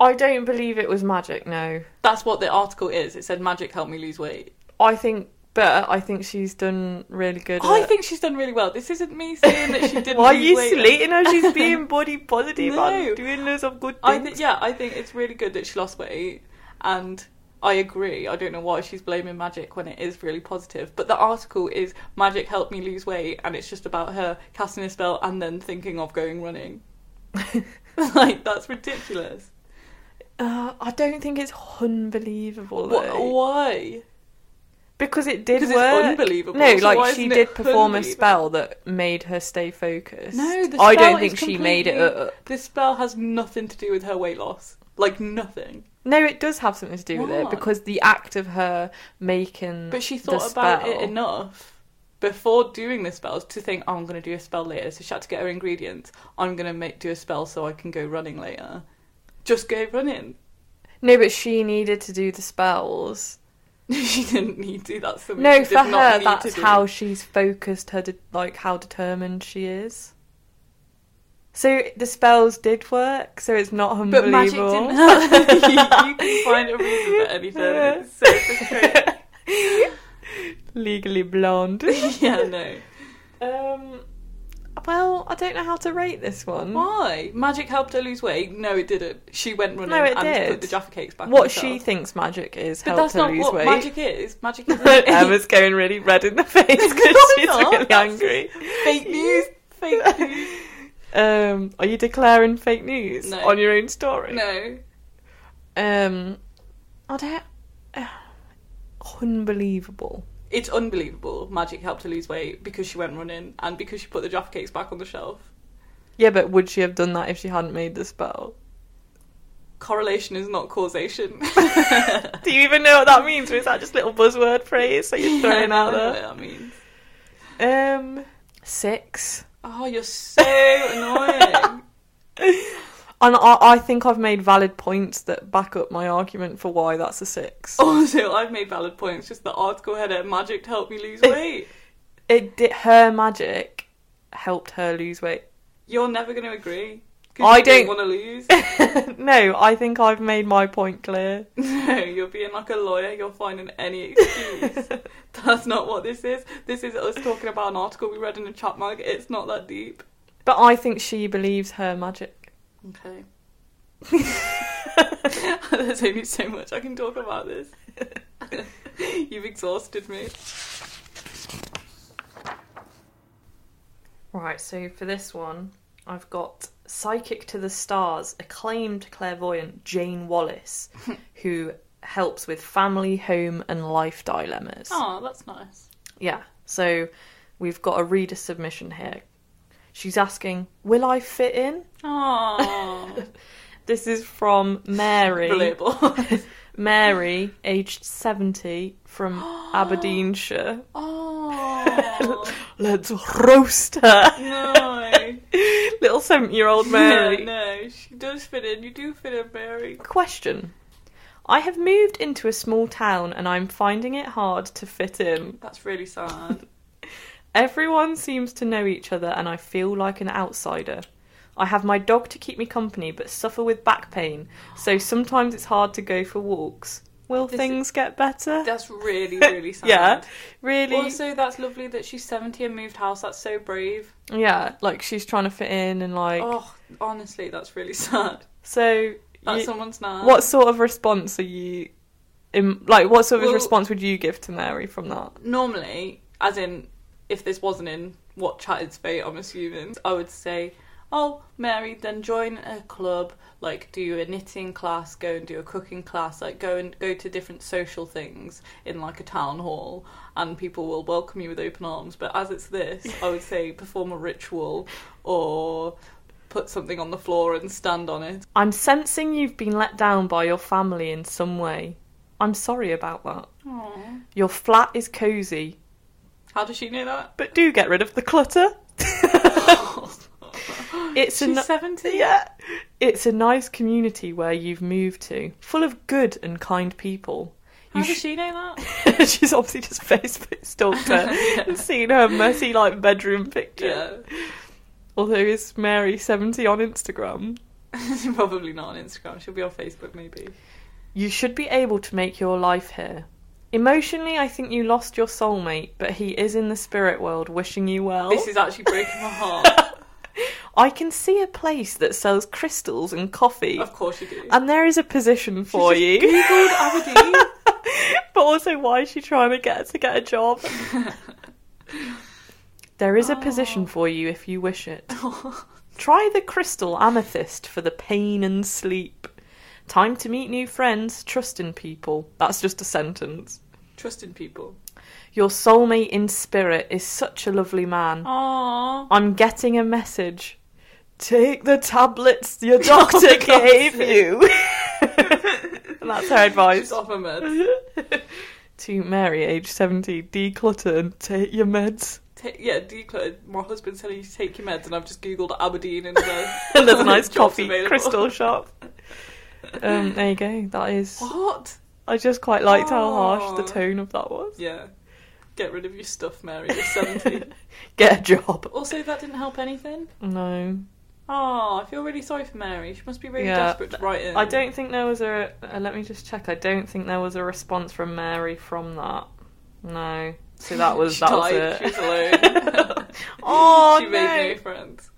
[SPEAKER 1] I don't believe it was magic. No,
[SPEAKER 2] That's what the article is. It said magic helped me lose weight.
[SPEAKER 1] I think, but I think she's done really good.
[SPEAKER 2] I
[SPEAKER 1] at-
[SPEAKER 2] think she's done really well. This isn't me saying that she didn't.
[SPEAKER 1] Why are
[SPEAKER 2] lose
[SPEAKER 1] you
[SPEAKER 2] weight.
[SPEAKER 1] slating her? She's being body positive
[SPEAKER 2] No.
[SPEAKER 1] and doing loads of good things.
[SPEAKER 2] I think yeah, I think it's really good that she lost weight, and I agree. I don't know why she's blaming magic when it is really positive. But the article is magic helped me lose weight, and it's just about her casting a spell and then thinking of going running. like that's ridiculous.
[SPEAKER 1] Uh, I don't think it's unbelievable.
[SPEAKER 2] Wha-
[SPEAKER 1] though.
[SPEAKER 2] why?
[SPEAKER 1] Because it did
[SPEAKER 2] Because it's
[SPEAKER 1] work.
[SPEAKER 2] unbelievable,
[SPEAKER 1] No,
[SPEAKER 2] so why
[SPEAKER 1] like she
[SPEAKER 2] isn't it
[SPEAKER 1] did perform a
[SPEAKER 2] unbelievable?
[SPEAKER 1] spell that made her stay focused.
[SPEAKER 2] No, the
[SPEAKER 1] I
[SPEAKER 2] spell
[SPEAKER 1] don't
[SPEAKER 2] is
[SPEAKER 1] think she made it
[SPEAKER 2] completely-
[SPEAKER 1] up.
[SPEAKER 2] This spell has nothing to do with her weight loss. Like nothing.
[SPEAKER 1] No, it does have something to do with it
[SPEAKER 2] What?
[SPEAKER 1] because the act of her making
[SPEAKER 2] But she
[SPEAKER 1] the
[SPEAKER 2] thought about it
[SPEAKER 1] spell-
[SPEAKER 2] enough before doing the spells to think, oh, I'm going to do a spell later. So she had to get her ingredients. I'm going to make do a spell so I can go running later. Just go running.
[SPEAKER 1] No, but she needed to do the spells.
[SPEAKER 2] she didn't need to. That's something she
[SPEAKER 1] No,
[SPEAKER 2] did
[SPEAKER 1] for
[SPEAKER 2] not
[SPEAKER 1] her,
[SPEAKER 2] need to
[SPEAKER 1] that's
[SPEAKER 2] do.
[SPEAKER 1] how she's focused her, de- like how determined she is. So the spells did work. So it's not
[SPEAKER 2] But
[SPEAKER 1] unbelievable.
[SPEAKER 2] magic didn't help. you can find a reason for anything. It's so frustrating.
[SPEAKER 1] Legally blonde.
[SPEAKER 2] yeah, no.
[SPEAKER 1] um, well, I don't know how to rate this one.
[SPEAKER 2] Why? Magic helped her lose weight? No, it didn't. She went running
[SPEAKER 1] No, it
[SPEAKER 2] and
[SPEAKER 1] did.
[SPEAKER 2] put the Jaffa cakes back. on
[SPEAKER 1] What
[SPEAKER 2] herself.
[SPEAKER 1] she thinks magic is
[SPEAKER 2] But
[SPEAKER 1] helped
[SPEAKER 2] that's
[SPEAKER 1] her
[SPEAKER 2] not
[SPEAKER 1] lose
[SPEAKER 2] what
[SPEAKER 1] weight.
[SPEAKER 2] magic is. Magic is
[SPEAKER 1] Emma's going really red in the face because
[SPEAKER 2] I'm
[SPEAKER 1] she's
[SPEAKER 2] not.
[SPEAKER 1] really
[SPEAKER 2] That's just
[SPEAKER 1] angry.
[SPEAKER 2] fake news. Fake news.
[SPEAKER 1] Um, are you declaring fake news
[SPEAKER 2] No.
[SPEAKER 1] on your own story?
[SPEAKER 2] No.
[SPEAKER 1] Um, I don't. unbelievable.
[SPEAKER 2] It's unbelievable. Magic helped her lose weight because she went running and because she put the Jaffa cakes back on the shelf.
[SPEAKER 1] Yeah, but would she have done that if she hadn't made the spell?
[SPEAKER 2] Correlation is not causation.
[SPEAKER 1] Do you even know what that means? Or is that just little buzzword phrase that you're throwing
[SPEAKER 2] Yeah, I
[SPEAKER 1] out
[SPEAKER 2] know
[SPEAKER 1] there?
[SPEAKER 2] what that means.
[SPEAKER 1] Um, six.
[SPEAKER 2] Oh, you're so annoying.
[SPEAKER 1] And I, I think I've made valid points that back up my argument for why that's a six.
[SPEAKER 2] Also, I've made valid points. Just the article header, magic helped me lose weight.
[SPEAKER 1] It did, her magic helped her lose weight.
[SPEAKER 2] You're never going to agree. 'cause
[SPEAKER 1] I
[SPEAKER 2] you
[SPEAKER 1] don't-
[SPEAKER 2] want to lose.
[SPEAKER 1] no, I think I've made my point clear.
[SPEAKER 2] no, you're being like a lawyer. You're finding any excuse. That's not what this is. This is us talking about an article we read in a chat mug. It's not that deep.
[SPEAKER 1] But I think she believes her magic.
[SPEAKER 2] Okay. There's only so much I can talk about this. You've exhausted me.
[SPEAKER 1] Right, so for this one, I've got Psychic to the Stars, acclaimed clairvoyant Jane Wallace, who helps with family, home, and life dilemmas.
[SPEAKER 2] Oh, that's nice.
[SPEAKER 1] Yeah, so we've got a reader submission here. She's asking, Will I fit in?
[SPEAKER 2] Oh,
[SPEAKER 1] This is from Mary.
[SPEAKER 2] relatable.
[SPEAKER 1] Mary, aged 70, from Aberdeenshire.
[SPEAKER 2] oh,
[SPEAKER 1] Let's roast her.
[SPEAKER 2] no.
[SPEAKER 1] Little 70 year old Mary.
[SPEAKER 2] Yeah, no, she does fit in. You do fit in, Mary.
[SPEAKER 1] Question I have moved into a small town and I'm finding it hard to fit in.
[SPEAKER 2] That's really sad.
[SPEAKER 1] Everyone seems to know each other and I feel like an outsider. I have my dog to keep me company but suffer with back pain, so sometimes it's hard to go for walks. Will
[SPEAKER 2] This-
[SPEAKER 1] things get better?
[SPEAKER 2] That's really, really sad.
[SPEAKER 1] Yeah, really?
[SPEAKER 2] Also, that's lovely that she's 70 and moved house. That's so brave.
[SPEAKER 1] yeah, like she's trying to fit in and like.
[SPEAKER 2] oh, honestly, that's really sad.
[SPEAKER 1] So,
[SPEAKER 2] That's
[SPEAKER 1] you-
[SPEAKER 2] someone's nan.
[SPEAKER 1] what sort of response are you. im like, what sort of
[SPEAKER 2] Well-
[SPEAKER 1] response would you give to Mary from that?
[SPEAKER 2] normally, as in, if this wasn't in what chatted fate, I'm assuming, I would say, oh, Mary, then join a club, like do a knitting class, go and do a cooking class, like go and go to different social things in like a town hall, and people will welcome you with open arms. But as it's this, I would say perform a ritual or put something on the floor and stand on it.
[SPEAKER 1] I'm sensing you've been let down by your family in some way. I'm sorry about that. Your flat is cozy,
[SPEAKER 2] How does she know that?
[SPEAKER 1] but do get rid of the clutter. It's a
[SPEAKER 2] She's
[SPEAKER 1] ni-
[SPEAKER 2] 70?
[SPEAKER 1] yeah. It's a nice community where you've moved to, full of good and kind people.
[SPEAKER 2] How
[SPEAKER 1] sh-
[SPEAKER 2] does she know that?
[SPEAKER 1] She's obviously just Facebook stalked her and seen her messy like bedroom picture.
[SPEAKER 2] Yeah.
[SPEAKER 1] Although is Mary seventy on Instagram?
[SPEAKER 2] Probably not on Instagram. She'll be on Facebook, maybe.
[SPEAKER 1] You should be able to make your life here. Emotionally, I think you lost your soulmate, but he is in the spirit world wishing you well.
[SPEAKER 2] This is actually breaking my heart.
[SPEAKER 1] I can see a place that sells crystals and coffee,
[SPEAKER 2] of course you do.
[SPEAKER 1] and there is a position for
[SPEAKER 2] just
[SPEAKER 1] you.
[SPEAKER 2] Googled Aberdeen.
[SPEAKER 1] but also, why is she trying to get to get a job? there is a
[SPEAKER 2] Oh.
[SPEAKER 1] position for you if you wish it. Try the crystal amethyst for the pain and sleep. Time to meet new friends, trust in people. That's just a sentence.
[SPEAKER 2] Trust in people.
[SPEAKER 1] Your soulmate in spirit is such a lovely
[SPEAKER 2] Oh.
[SPEAKER 1] man.
[SPEAKER 2] Aww.
[SPEAKER 1] I'm getting a message. Take the tablets your doctor
[SPEAKER 2] God's
[SPEAKER 1] gave
[SPEAKER 2] sake.
[SPEAKER 1] you. And that's her advice.
[SPEAKER 2] Just off her meds.
[SPEAKER 1] to Mary, age 70, declutter and take your meds.
[SPEAKER 2] Ta yeah, declutter. My husband's telling you to take your meds, and I've just googled Aberdeen and uh,
[SPEAKER 1] and there's a nice
[SPEAKER 2] jobs
[SPEAKER 1] coffee
[SPEAKER 2] available.
[SPEAKER 1] crystal shop. Um, there you go. That is.
[SPEAKER 2] What?
[SPEAKER 1] I just quite liked how harsh the
[SPEAKER 2] Aw.
[SPEAKER 1] tone of that was.
[SPEAKER 2] Yeah. Get rid of your stuff, Mary. You're 70.
[SPEAKER 1] Get a job.
[SPEAKER 2] also, that didn't help anything.
[SPEAKER 1] No,
[SPEAKER 2] Oh, I feel really sorry for Mary. She must be really
[SPEAKER 1] Yeah.
[SPEAKER 2] desperate to write in.
[SPEAKER 1] I don't think there was a. Uh, let me just check. I don't think there was a response from Mary from that. No. So that was
[SPEAKER 2] She
[SPEAKER 1] that
[SPEAKER 2] died.
[SPEAKER 1] was
[SPEAKER 2] She
[SPEAKER 1] it.
[SPEAKER 2] was alone.
[SPEAKER 1] oh
[SPEAKER 2] she
[SPEAKER 1] no.
[SPEAKER 2] made no friends.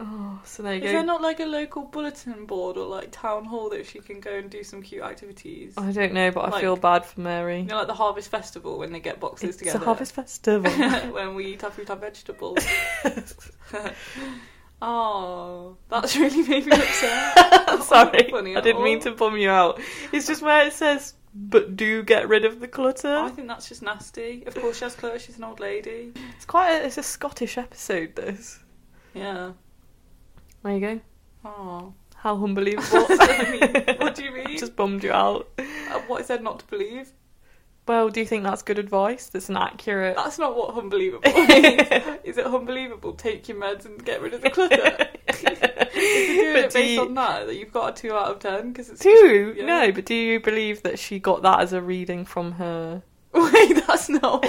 [SPEAKER 1] Oh, so there you
[SPEAKER 2] Is
[SPEAKER 1] go.
[SPEAKER 2] there not like a local bulletin board or like town hall that she can go and do some cute activities?
[SPEAKER 1] I don't know, but I
[SPEAKER 2] like-
[SPEAKER 1] feel bad for Mary.
[SPEAKER 2] You know, like the harvest festival when they get boxes
[SPEAKER 1] it's
[SPEAKER 2] together.
[SPEAKER 1] a harvest festival.
[SPEAKER 2] when we eat our fruit and vegetables. oh, that's really made me upset. oh, That's
[SPEAKER 1] Sorry,
[SPEAKER 2] not funny
[SPEAKER 1] I
[SPEAKER 2] at
[SPEAKER 1] didn't mean
[SPEAKER 2] all.
[SPEAKER 1] to bum you out. It's just where it says, "But do get rid of the
[SPEAKER 2] I
[SPEAKER 1] clutter."
[SPEAKER 2] think that's just nasty. Of course, she has clothes. She's an old lady.
[SPEAKER 1] It's quite. A, it's a Scottish episode. This.
[SPEAKER 2] Yeah.
[SPEAKER 1] There you go.
[SPEAKER 2] Oh.
[SPEAKER 1] How unbelievable!
[SPEAKER 2] what do you mean?
[SPEAKER 1] just bummed you out.
[SPEAKER 2] Uh, what is there not to believe?
[SPEAKER 1] Well, do you think that's good advice? That's an accurate.
[SPEAKER 2] That's not what unbelievable means. is it unbelievable? Take your meds and get rid of the clutter. If you're doing
[SPEAKER 1] But
[SPEAKER 2] it
[SPEAKER 1] do
[SPEAKER 2] based
[SPEAKER 1] you-
[SPEAKER 2] on that, that you've got a two out of ten because it's
[SPEAKER 1] Do
[SPEAKER 2] just- yeah.
[SPEAKER 1] no, but do you believe that she got that as a reading from her?
[SPEAKER 2] Wait, that's not.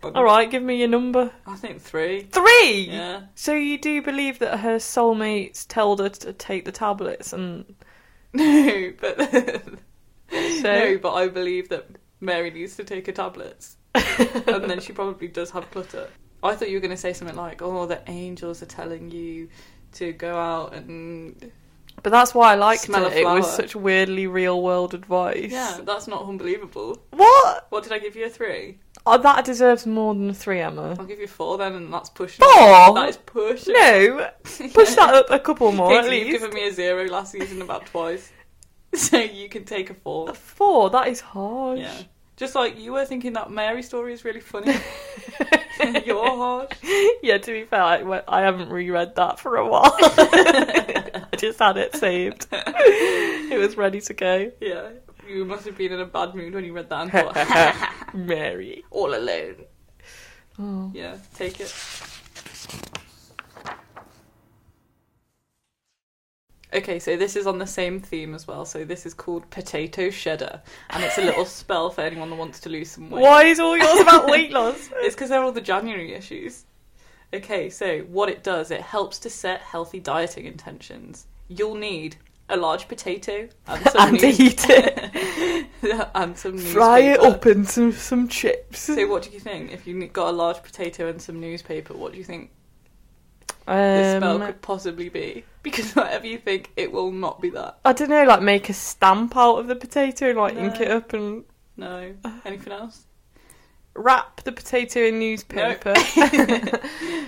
[SPEAKER 2] What...
[SPEAKER 1] All right, give me your number.
[SPEAKER 2] I think three.
[SPEAKER 1] Three.
[SPEAKER 2] Yeah.
[SPEAKER 1] So you do believe that her soulmates told her to take the tablets, and
[SPEAKER 2] No, but
[SPEAKER 1] so
[SPEAKER 2] no, but I believe that Mary needs to take her tablets, and then she probably does have clutter. I thought you were going to say something like, "Oh, the angels are telling you to go out and."
[SPEAKER 1] But that's why I liked
[SPEAKER 2] Smell
[SPEAKER 1] it.
[SPEAKER 2] a
[SPEAKER 1] It was
[SPEAKER 2] flower.
[SPEAKER 1] such weirdly real world advice.
[SPEAKER 2] Yeah, that's not unbelievable.
[SPEAKER 1] What?
[SPEAKER 2] What did I give you a three?
[SPEAKER 1] Oh, that deserves more than a three, Emma.
[SPEAKER 2] I'll give you four then, and that's pushing. it.
[SPEAKER 1] Four?
[SPEAKER 2] That is pushing. it.
[SPEAKER 1] No, push that up a couple more at
[SPEAKER 2] Katie, You've
[SPEAKER 1] least.
[SPEAKER 2] given me a zero last season about twice, so you can take a four.
[SPEAKER 1] A four. That is harsh.
[SPEAKER 2] Yeah. Just like you were thinking that Mary story is really funny. You're harsh.
[SPEAKER 1] Yeah, to be fair, I, well, I haven't reread that for a while. I just had it saved. it was ready to go.
[SPEAKER 2] Yeah. You must have been in a bad mood when you read that and thought,
[SPEAKER 1] Mary.
[SPEAKER 2] all alone.
[SPEAKER 1] Oh.
[SPEAKER 2] Yeah, take it. Okay, so this is on the same theme as well. So this is called potato shedder, and it's a little spell for anyone that wants to lose some weight.
[SPEAKER 1] Why is all yours about weight loss?
[SPEAKER 2] It's because they're all the January issues. Okay, so what it does, it helps to set healthy dieting intentions. You'll need a large potato and some
[SPEAKER 1] and to
[SPEAKER 2] news-
[SPEAKER 1] eat it.
[SPEAKER 2] and some
[SPEAKER 1] Fry it
[SPEAKER 2] newspaper.
[SPEAKER 1] up in some, some chips.
[SPEAKER 2] So what do you think? If you got a large potato and some newspaper, what do you think this spell
[SPEAKER 1] Um,
[SPEAKER 2] could possibly be? Because whatever you think, it will not be that.
[SPEAKER 1] I don't know, like make a stamp out of the potato and like ink
[SPEAKER 2] No.
[SPEAKER 1] it up and
[SPEAKER 2] No. Anything else?
[SPEAKER 1] wrap the potato in newspaper. There's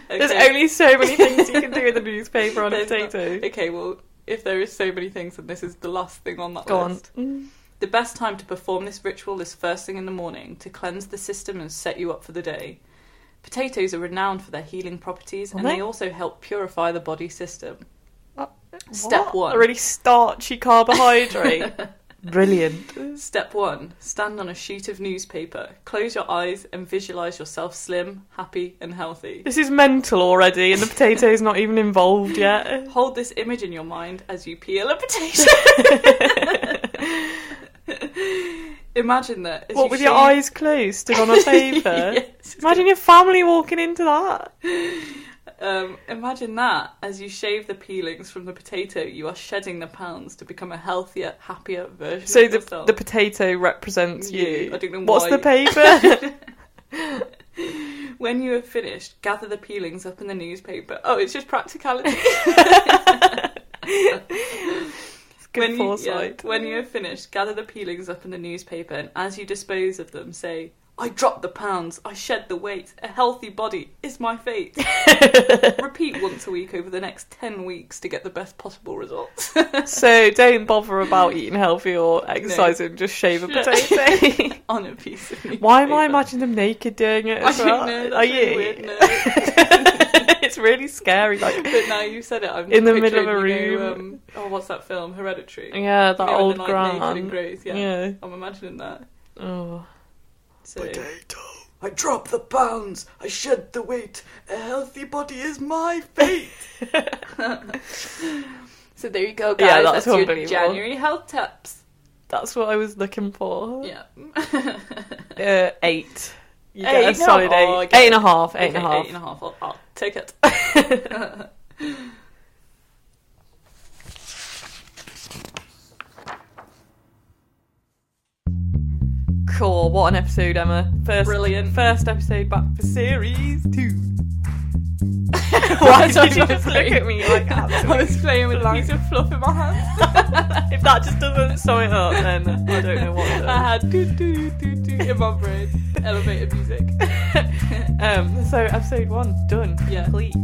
[SPEAKER 2] Okay.
[SPEAKER 1] only so many things you can do with a newspaper on a
[SPEAKER 2] There's not-
[SPEAKER 1] potato.
[SPEAKER 2] Okay, well, if there is so many things, then this is the last thing on that
[SPEAKER 1] Go
[SPEAKER 2] list.
[SPEAKER 1] on. Mm.
[SPEAKER 2] The best time to perform this ritual is first thing in the morning to cleanse the system and set you up for the day. Potatoes are renowned for their healing properties
[SPEAKER 1] Are
[SPEAKER 2] and
[SPEAKER 1] they?
[SPEAKER 2] they? also help purify the body system.
[SPEAKER 1] Uh,
[SPEAKER 2] Step
[SPEAKER 1] What?
[SPEAKER 2] one.
[SPEAKER 1] A really starchy carbohydrate. Brilliant.
[SPEAKER 2] Step one stand on a sheet of newspaper, close your eyes, and visualize yourself slim, happy, and healthy.
[SPEAKER 1] This is mental already, and the potato's not even involved yet.
[SPEAKER 2] Hold this image in your mind as you peel a potato. Imagine that. as
[SPEAKER 1] what,
[SPEAKER 2] you
[SPEAKER 1] with your
[SPEAKER 2] shave-
[SPEAKER 1] eyes closed, stood on a paper?
[SPEAKER 2] Yes.
[SPEAKER 1] Imagine your family walking into that.
[SPEAKER 2] Um, imagine that as you shave the peelings from the potato, you are shedding the pounds to become a healthier, happier version
[SPEAKER 1] So
[SPEAKER 2] of
[SPEAKER 1] the
[SPEAKER 2] yourself.
[SPEAKER 1] the potato represents you.
[SPEAKER 2] You. I don't know
[SPEAKER 1] What's
[SPEAKER 2] why
[SPEAKER 1] the
[SPEAKER 2] you-
[SPEAKER 1] paper?
[SPEAKER 2] when you have finished, gather the peelings up in the newspaper. Oh, it's just practicality.
[SPEAKER 1] It's Good
[SPEAKER 2] you- yeah,
[SPEAKER 1] foresight.
[SPEAKER 2] when you have finished, gather the peelings up in the newspaper, and as you dispose of them, say, "I dropped the pounds. I shed the weight. A healthy body is my fate." Repeat once a week over the next ten weeks to get the best possible results.
[SPEAKER 1] So don't bother about eating healthy or exercising. Just shave a
[SPEAKER 2] Sure.
[SPEAKER 1] potato.
[SPEAKER 2] on a piece of newspaper.
[SPEAKER 1] Why am I imagining them naked doing it
[SPEAKER 2] I
[SPEAKER 1] as well?
[SPEAKER 2] don't know. That's
[SPEAKER 1] Are
[SPEAKER 2] really
[SPEAKER 1] you?
[SPEAKER 2] weird, no.
[SPEAKER 1] it's really scary. Like,
[SPEAKER 2] but now you said it, I'm
[SPEAKER 1] In the middle of a
[SPEAKER 2] picturing, you know,
[SPEAKER 1] room.
[SPEAKER 2] um, oh, what's that film? Hereditary.
[SPEAKER 1] yeah, that
[SPEAKER 2] You know, when
[SPEAKER 1] old
[SPEAKER 2] they're, like, naked and
[SPEAKER 1] gran.
[SPEAKER 2] gross, yeah.
[SPEAKER 1] yeah.
[SPEAKER 2] I'm imagining that.
[SPEAKER 1] Oh.
[SPEAKER 2] So
[SPEAKER 3] I drop the pounds, I shed the weight. A healthy body is my fate.
[SPEAKER 2] So there you go, guys.
[SPEAKER 1] Yeah,
[SPEAKER 2] that's
[SPEAKER 1] that's
[SPEAKER 2] your
[SPEAKER 1] unbelievable.
[SPEAKER 2] January health tips.
[SPEAKER 1] That's what I was looking for.
[SPEAKER 2] Yeah.
[SPEAKER 1] Uh, eight. You get
[SPEAKER 2] Eight?
[SPEAKER 1] a solid
[SPEAKER 2] No,
[SPEAKER 1] eight.
[SPEAKER 2] I get
[SPEAKER 1] Eight and a half. Eight and a
[SPEAKER 2] Okay,
[SPEAKER 1] half.
[SPEAKER 2] Eight and a half. I'll, I'll take it.
[SPEAKER 1] Cool. What an episode, Emma. First,
[SPEAKER 2] Brilliant.
[SPEAKER 1] First episode back for series two. Why did you just look at me like
[SPEAKER 2] I was playing with a
[SPEAKER 1] blank.
[SPEAKER 2] piece of fluff in my hand.
[SPEAKER 1] if that just doesn't sum it up, then I don't know what
[SPEAKER 2] I
[SPEAKER 1] does.
[SPEAKER 2] had doo doo doo doo in my brain. Elevator music.
[SPEAKER 1] Um, so episode one done,
[SPEAKER 2] Yeah.
[SPEAKER 1] complete.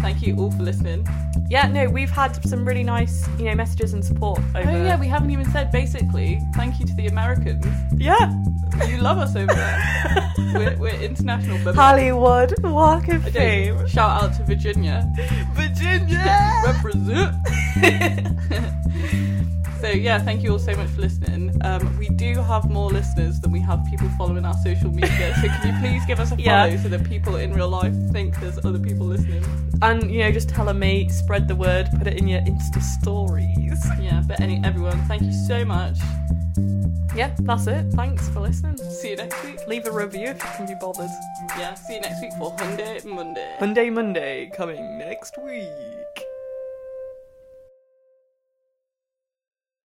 [SPEAKER 2] Thank you all for listening.
[SPEAKER 1] Yeah, no, we've had some really nice, you know, messages and support over.
[SPEAKER 2] Oh yeah, we haven't even said basically. Thank you to the Americans.
[SPEAKER 1] yeah.
[SPEAKER 2] You love us over there. we're, we're international, but
[SPEAKER 1] Hollywood Walk of
[SPEAKER 2] I
[SPEAKER 1] Fame,
[SPEAKER 2] don't- shout out to Virginia.
[SPEAKER 1] Virginia.
[SPEAKER 2] Represent. so yeah, thank you all so much for listening. Um, we do have more listeners than we have people following our social media. So can you please give us a follow
[SPEAKER 1] Yeah.
[SPEAKER 2] so that people in real life think there's other people listening?
[SPEAKER 1] and you know, just tell a mate, spread the word, put it in your Insta stories.
[SPEAKER 2] Yeah, but any everyone, thank you so much.
[SPEAKER 1] Yeah, that's it. Thanks for listening.
[SPEAKER 2] See you next week.
[SPEAKER 1] Leave a review if you can be bothered.
[SPEAKER 2] Yeah, see you next week for Hyundai Monday.
[SPEAKER 1] Monday, Monday, coming next week.